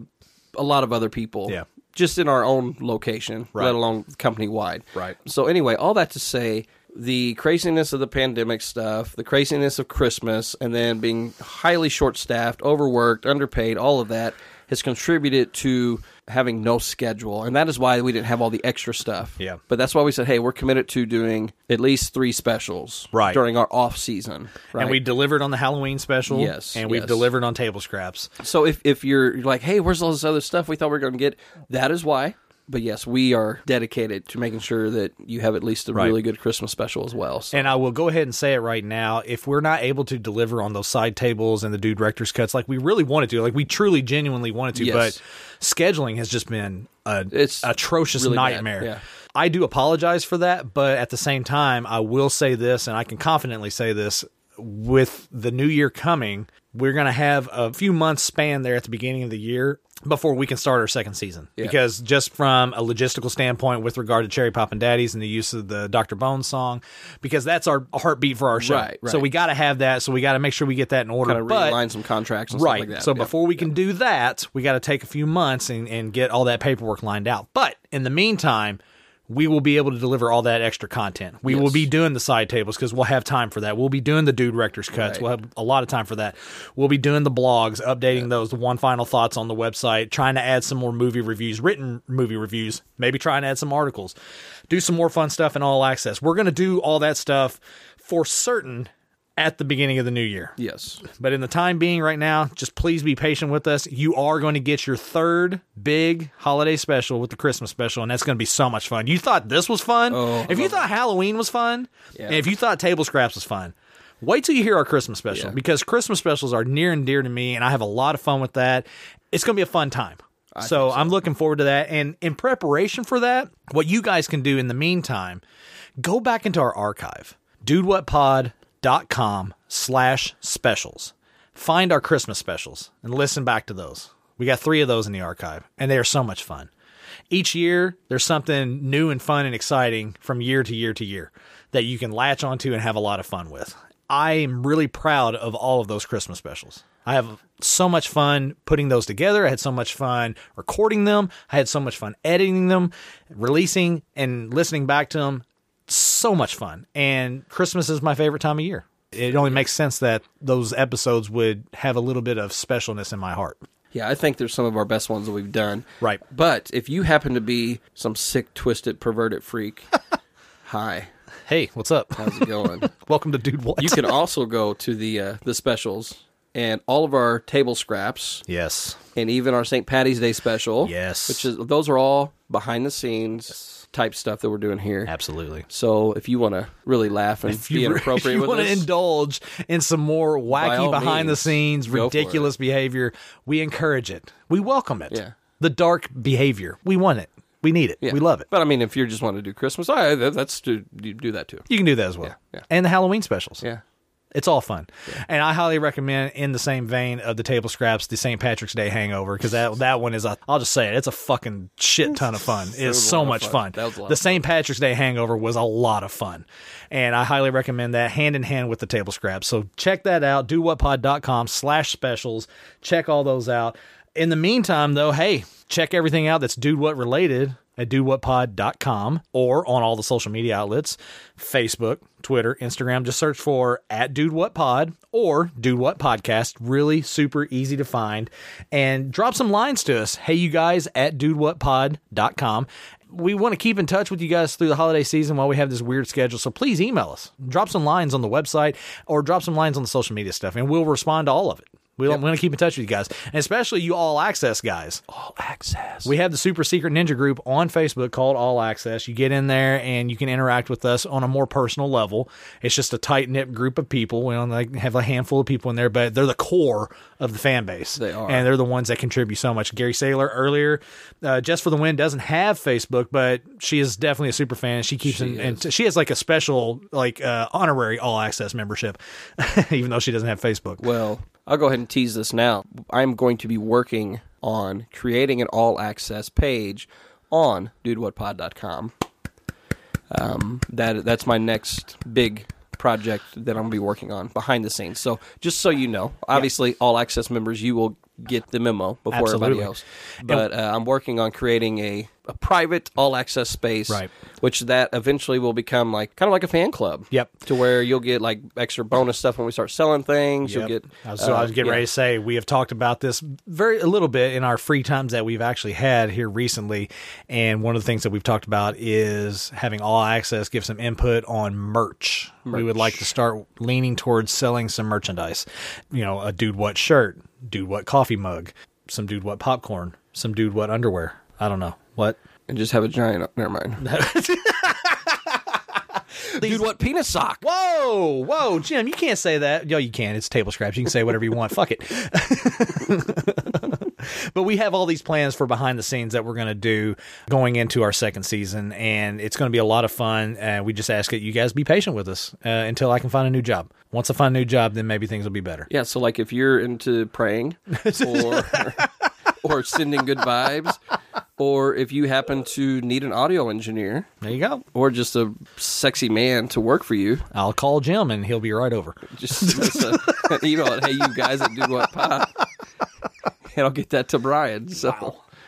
a lot of other people. Yeah. Just in our own location, Right. let alone company wide. Right. So anyway, all that to say, the craziness of the pandemic stuff, the craziness of Christmas, and then being highly short-staffed, overworked, underpaid, all of that has contributed to having no schedule, and that is why we didn't have all the extra stuff. Yeah. But that's why we said, hey, we're committed to doing at least three specials Right. during our off season. And we delivered on the Halloween special. Yes, And we've yes. delivered on table scraps. So if if you're you're like, hey, where's all this other stuff we thought we were going to get? That is why But yes, we are dedicated to making sure that you have at least a Right. really good Christmas special as well. So. And I will go ahead and say it right now. If we're not able to deliver on those side tables and the dude director's cuts like we really wanted to, like we truly genuinely wanted to, Yes. but scheduling has just been a It's atrocious really bad, nightmare. yeah. I do apologize for that, but at the same time, I will say this, and I can confidently say this with the new year coming, we're going to have a few months span there at the beginning of the year before we can start our second season. Because just from a logistical standpoint, with regard to Cherry Pop and Daddies and the use of the Dr. Bones song, because that's our heartbeat for our show. Right, right. So we got to have that. So we got to make sure we get that in order. kind of but realign some contracts and right. stuff like that. So Yeah. before we can do that, we got to take a few months and, and get all that paperwork lined out. But in the meantime, we will be able to deliver all that extra content. We will be doing the side tables because we'll have time for that. We'll be doing the dude rector's cuts. We'll have a lot of time for that. We'll be doing the blogs, updating those, the one final thoughts on the website, trying to add some more movie reviews, written movie reviews, maybe try and add some articles, do some more fun stuff in all access. We're going to do all that stuff for certain at the beginning of the new year. yes, But in the time being right now, just please be patient with us. You are going to get your third big holiday special with the Christmas special, and that's going to be so much fun. You thought this was fun? if you thought Halloween was fun, and if you thought Table Scraps was fun, wait till you hear our Christmas special because Christmas specials are near and dear to me, and I have a lot of fun with that. It's going to be a fun time. so I'm looking forward to that. And in preparation for that, what you guys can do in the meantime go back into our archive dudewhatpod.com slash specials find our christmas specials and listen back to those we got three of those in the archive and they are so much fun each year there's something new and fun and exciting from year to year to year that you can latch onto and have a lot of fun with i'm really proud of all of those christmas specials i have so much fun putting those together i had so much fun recording them i had so much fun editing them releasing and listening back to them so much fun. And Christmas is my favorite time of year. It only makes sense that those episodes would have a little bit of specialness in my heart. yeah, I think there's some of our best ones that we've done. Right. But if you happen to be some sick, twisted, perverted freak, hi, Hey, what's up? how's it going? Welcome to Dude What? Uh, you can also go to the uh, the specials and all of our table scraps yes. and even our St. Patty's Day special. Yes. which is those are all behind the scenes type stuff that we're doing here. Absolutely. So if you want to really laugh and If be you, inappropriate with want us, to indulge in some more wacky all behind the means, scenes, go for it. ridiculous behavior, we encourage it. We welcome it. Yeah. The dark behavior. We want it. We need it. Yeah. We love it. But I mean, if you just want to do Christmas, I that- that's to you do that too. You can do that as well. yeah. And the Halloween specials. Yeah. It's all fun. And I highly recommend in the same vein of the table scraps, the St. Patrick's Day hangover, because that that one is a I'll just say it, it's a fucking shit ton of fun. It's was a so lot of much fun. fun. That was a lot the of St. Patrick's Day hangover was a lot of fun. And I highly recommend that hand in hand with the table scraps. So check that out. Dowhatpod.com slash specials. Check all those out. In the meantime, though, hey, check everything out that's dude what related at dowhatpod.com or on all the social media outlets Facebook, Twitter, Instagram. Just search for at Dude What Pod or Dude What Podcast. Really super easy to find. And drop some lines to us. Hey, you guys at dudewhatpod.com. We want to keep in touch with you guys through the holiday season while we have this weird schedule. So please email us. Drop some lines on the website or drop some lines on the social media stuff, and we'll respond to all of it. We don't want to keep in touch with you guys, and especially you all access guys. We have the super secret ninja group on Facebook called All Access. You get in there and you can interact with us on a more personal level. It's just a tight knit group of people. We only like, have a handful of people in there, but they're the core of the fan base. They are. and they're the ones that contribute so much. Gary Saylor earlier, uh, just for the win, doesn't have Facebook, but she is definitely a super fan. She keeps in, and she has like a special like uh, honorary All Access membership, even though she doesn't have Facebook. Well, I'll go ahead and tease this now. I'm going to be working on creating an all access page on dudewhatpod.com. Um, that that's my next big project that I'm gonna be working on behind the scenes. So just so you know, obviously all access members, you will get the memo before Absolutely. everybody else. But uh, I'm working on creating a, a private all access space, Right. which that eventually will become like kind of like a fan club. Yep. To where you'll get like extra bonus stuff when we start selling things. You'll Yep. get uh, I was- so I was getting yeah. ready to say we have talked about this very a little bit in our free times that we've actually had here recently, and one of the things that we've talked about is having all access give some input on merch. We would like to start leaning towards selling some merchandise, you know, a dude what shirt, dude what coffee mug, some dude what popcorn, some dude what underwear. I don't know. What? And just have a giant. Never mind. Dude, what penis sock? Whoa, whoa, Jim, you can't say that. Yo, you can. It's table scraps. You can say whatever you want. Fuck it. but we have all these plans for behind the scenes that we're going to do going into our second season, and it's going to be a lot of fun. And we just ask that you guys be patient with us uh, until I can find a new job. Once I find a new job, then maybe things will be better. Yeah. So, like, if you're into praying or or sending good vibes, or if you happen to need an audio engineer, there you go, or just a sexy man to work for you, I'll call Jim and he'll be right over. Just send us a- an email at hey you guys at do what pop, and I'll get that to Brian. So.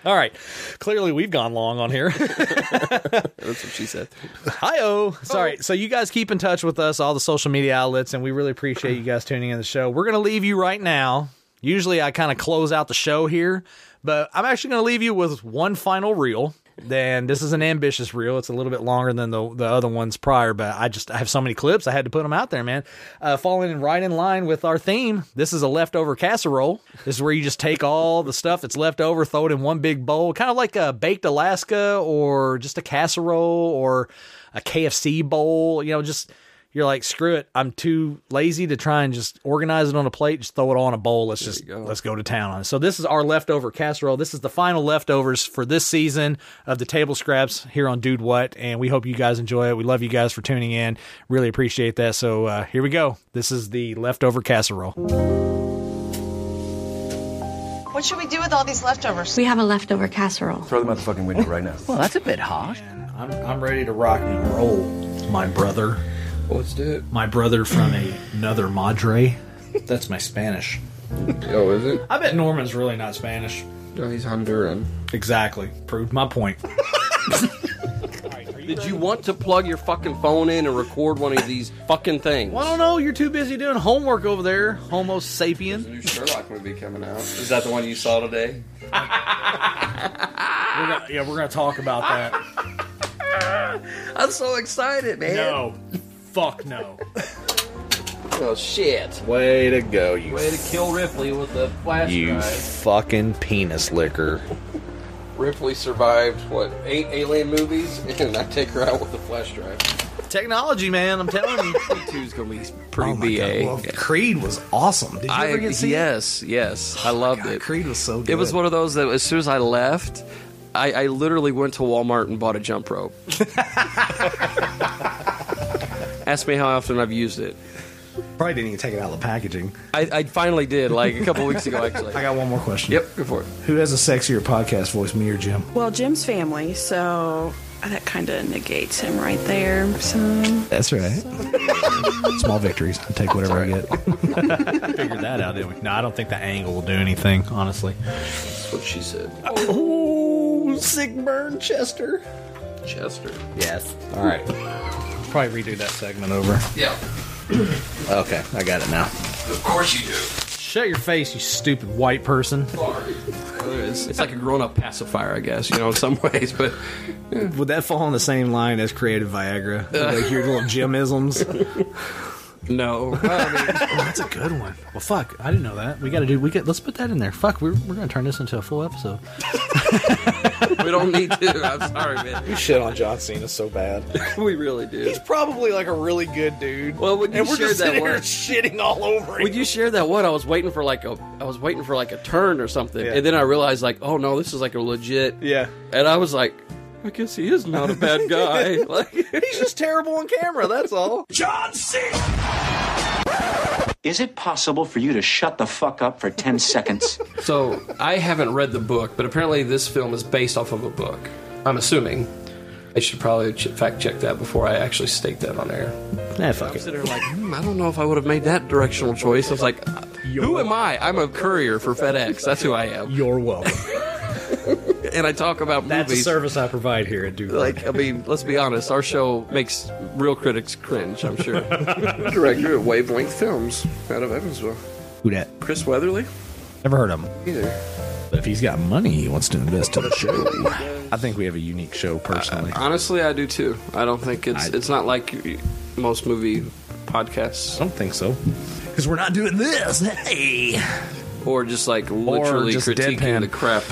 All right. Clearly, we've gone long on here. That's what she said. Hi, oh. Sorry. So, you guys keep in touch with us, all the social media outlets, and we really appreciate you guys tuning in the show. We're going to leave you right now. Usually, I kind of close out the show here, but I'm actually going to leave you with one final reel. Then this is an ambitious reel. It's a little bit longer than the, the other ones prior, but I just I have so many clips. I had to put them out there, man. Uh, falling in right in line with our theme. This is a leftover casserole. This is where you just take all the stuff that's left over, throw it in one big bowl, kind of like a baked Alaska or just a casserole or a KFC bowl. You know, just you're like, screw it. I'm too lazy to try and just organize it on a plate. Just throw it all in a bowl. Let's just go. let's go to town on it. So this is our leftover casserole. This is the final leftovers for this season of the table scraps here on Dude What, and we hope you guys enjoy it. We love you guys for tuning in. Really appreciate that. So uh, here we go. This is the leftover casserole. What should we do with all these leftovers? We have a leftover casserole. Throw them out the fucking window right now. Well, that's a bit harsh. I'm I'm ready to rock and roll, my brother. Let's do it. My brother from another madre. That's my Spanish. Oh, is it? I bet Norman's really not Spanish. No, he's Honduran. Exactly. Proved my point. Did you want to plug your fucking phone in and record one of these fucking things? Well, I don't know. You're too busy doing homework over there, Homo sapien. new Sherlock movie coming out. Is that the one you saw today? We're gonna- yeah, we're going to talk about that. I'm so excited, man. No. Fuck no. Oh shit. Way to go, you Way to kill Ripley with the flash you drive. fucking penis licker. Ripley survived what eight alien movies, and I take her out with the flash drive. Technology, man. I'm telling you. Two's gonna be pretty Oh my ba. God. Well, Creed was awesome. Did you I ever get to see it? yes, yes, I loved God, it. Creed was so good. It was one of those that as soon as I left, I, I literally went to Walmart and bought a jump rope. Ask me how often I've used it. Probably didn't even take it out of the packaging. I, I finally did, like a couple weeks ago, actually. I got one more question. Yep, go for it. Who has a sexier podcast voice, me or Jim? Well, Jim's family, so that kind of negates him right there. So That's right. Small victories. I take whatever I get. Figured that out, didn't we? No, I don't think the angle will do anything, honestly. That's what she said. Oh, sick burn, Chester. Chester. Yes. All right. Probably redo that segment over. Yeah, Okay, I got it now. of course you do. Shut your face, you stupid white person. It's, it's like a grown-up pacifier, I guess. You know, in some ways, but Would that fall on the same line as creative Viagra? Like your little Jimisms? no. uh, I mean, That's a good one. Well, fuck, I didn't know that. We got to do. We get. Let's put that in there. Fuck, we're, we're gonna turn this into a full episode. we don't need to. I'm sorry, man. Shit on John Cena so bad. We really do. Probably like a really good dude. Well, when you and we're shared just that sitting here one- shitting all over When him. you share that one, I was waiting for like a, I was waiting for like a turn or something, and then I realized like, oh no, this is like a legit. Yeah. And I was like, I guess he is not a bad guy. like, He's just terrible on camera. That's all. Is it possible for you to shut the fuck up for 10 seconds? so I haven't read the book, but apparently this film is based off of a book. I'm assuming. I should probably ch- fact check that before I actually state that on air. Nah, fuck it. Sit there like, hmm, I don't know if I would have made that directional choice. I was like, who am I? I'm a courier for FedEx. That's who I am. You're welcome. And I talk about movies. That's a service I provide here at Dude. Like, I mean, let's be honest, our show makes real critics cringe, I'm sure. Director of Wavelength Films out of Evansville. Who that? Chris Weatherly? Never heard of him. Either. But if he's got money, he wants to invest in the show. I think we have a unique show, personally. I Honestly, I do too. I don't think it's it's not like most movie podcasts don't think so. Because we're not doing this. Hey. or just like literally just critiquing deadpan. the crap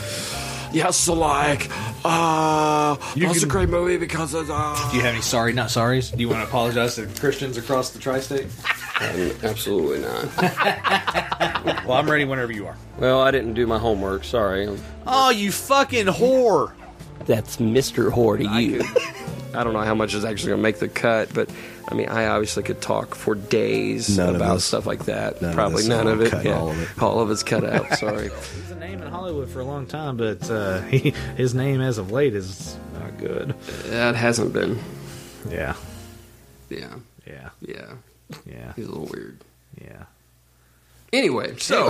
yes, like, uh, you that's a great movie because it's, uh. Do you have any sorry, not sorries? Do you want to apologize to Christians across the tri state? Um, absolutely not. well, I'm ready whenever you are. Well, I didn't do my homework. Sorry. Oh, you fucking whore! That's Mr. Whore to you. I don't know how much is actually going to make the cut, but I mean, I obviously could talk for days None of about this. stuff like that. None of Probably this. none All of it. cut, yeah. all of it. All of it's cut out. Sorry. He's a name in Hollywood for a long time, but uh, he, his name as of late is not good. That hasn't been. Yeah. Yeah. Yeah. Yeah. Yeah. He's a little weird. Yeah. Anyway, so.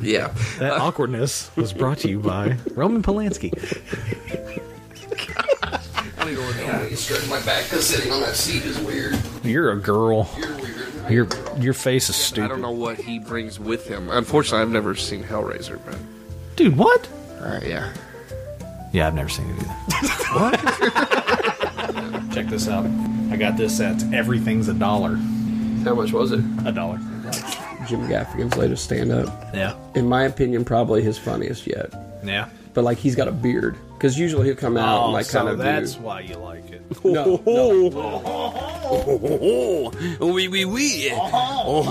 yeah. That awkwardness was brought to you by Roman Polanski. I need to work on it. Stretch my back. 'cause sitting on that seat is weird. You're a girl. You're weird. Your your face is I stupid. don't know what he brings with him. Unfortunately, I've never seen Hellraiser, but Dude, what? uh, yeah. Yeah, I've never seen it either. what? Check this out. I got this at everything's a dollar. How much was it? A dollar. Jim Gaffigan's latest stand-up. Yeah. In my opinion, probably his funniest yet. Yeah. But like, he's got a beard because usually he'll come out and like kind of Oh, that's why you like it. do. No, Oh, no. Wee wee wee. Oh,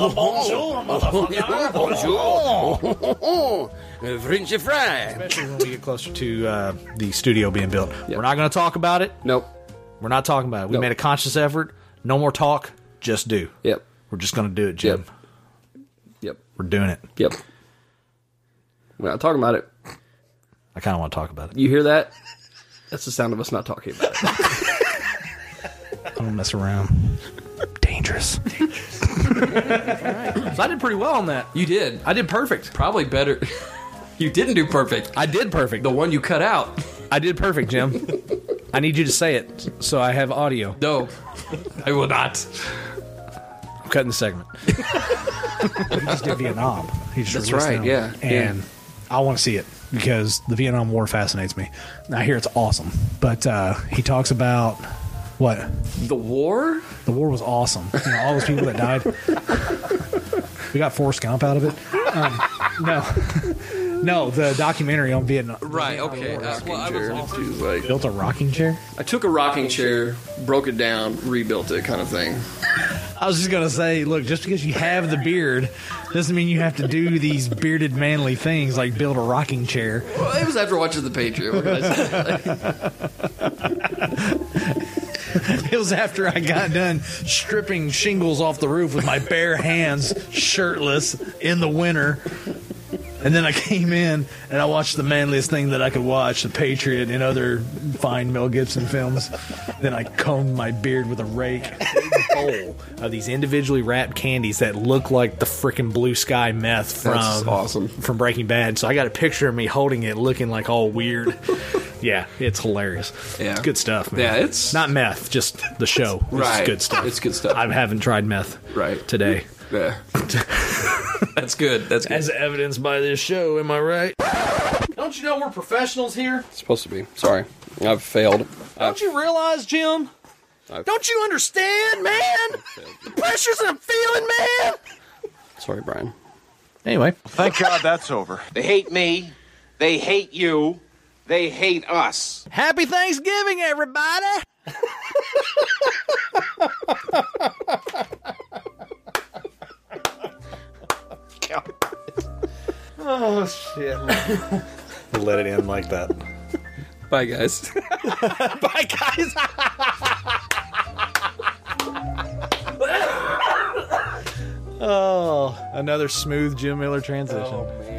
Oh, Uh, French fry. Especially when we get closer to uh, the studio being built. We're not going to talk about it. Nope. We're not talking about it. We Nope. made a conscious effort. No more talk. Just do. Yep. We're just going to do it, Jim. Yep. Yep. We're doing it. Yep. We're not talking about it. I kind of want to talk about it. You hear that? That's the sound of us not talking about it. I don't mess around. Dangerous. So I did pretty well on that. You did. I did perfect. Probably better. you didn't do perfect. I did perfect. The one you cut out. I did perfect, Jim. I need you to say it so I have audio. No, I will not. I'm cutting the segment. he just did Vietnam. He just That's released right, them. yeah, And I want to see it because the Vietnam War fascinates me. And I hear it's awesome. But uh, he talks about what The war? the war was awesome. You know, all those people that died. we got Forrest Gump out of it. Um, no, no, the documentary on Vietnam. Right. Okay. Uh, well, I, was also- like, Built a rocking chair. I took a rocking chair, broke it down, rebuilt it, kind of thing. I was just gonna say, look, just because you have the beard doesn't mean you have to do these bearded manly things like build a rocking chair. Well, it was after watching the Patriot. What can I say? It was after I got done stripping shingles off the roof with my bare hands, shirtless, in the winter. And then I came in and I watched the manliest thing that I could watch, The Patriot and other fine Mel Gibson films. Then I combed my beard with a rake. bowl of these individually wrapped candies that look like the freaking blue sky meth from That's awesome. from Breaking Bad. So I got a picture of me holding it looking like all weird. yeah, it's hilarious. Yeah. It's good stuff, man. Yeah, it's- not meth, just the show. It's Right. good stuff. It's good stuff. I haven't tried meth Right. today. Yeah. That's good. That's good. As evidenced by this show, am I right? Don't you know we're professionals here? it's supposed to be. Sorry, I've failed. Don't you realize, Jim? Don't you understand, man? The pressures that I'm feeling, man. Sorry, Brian. Anyway, Thank God that's over. They hate me. They hate you. They hate us. happy Thanksgiving, everybody. oh shit! Let it in like that. Bye, guys. Bye, guys. oh, another smooth Jim Miller transition. Oh, man.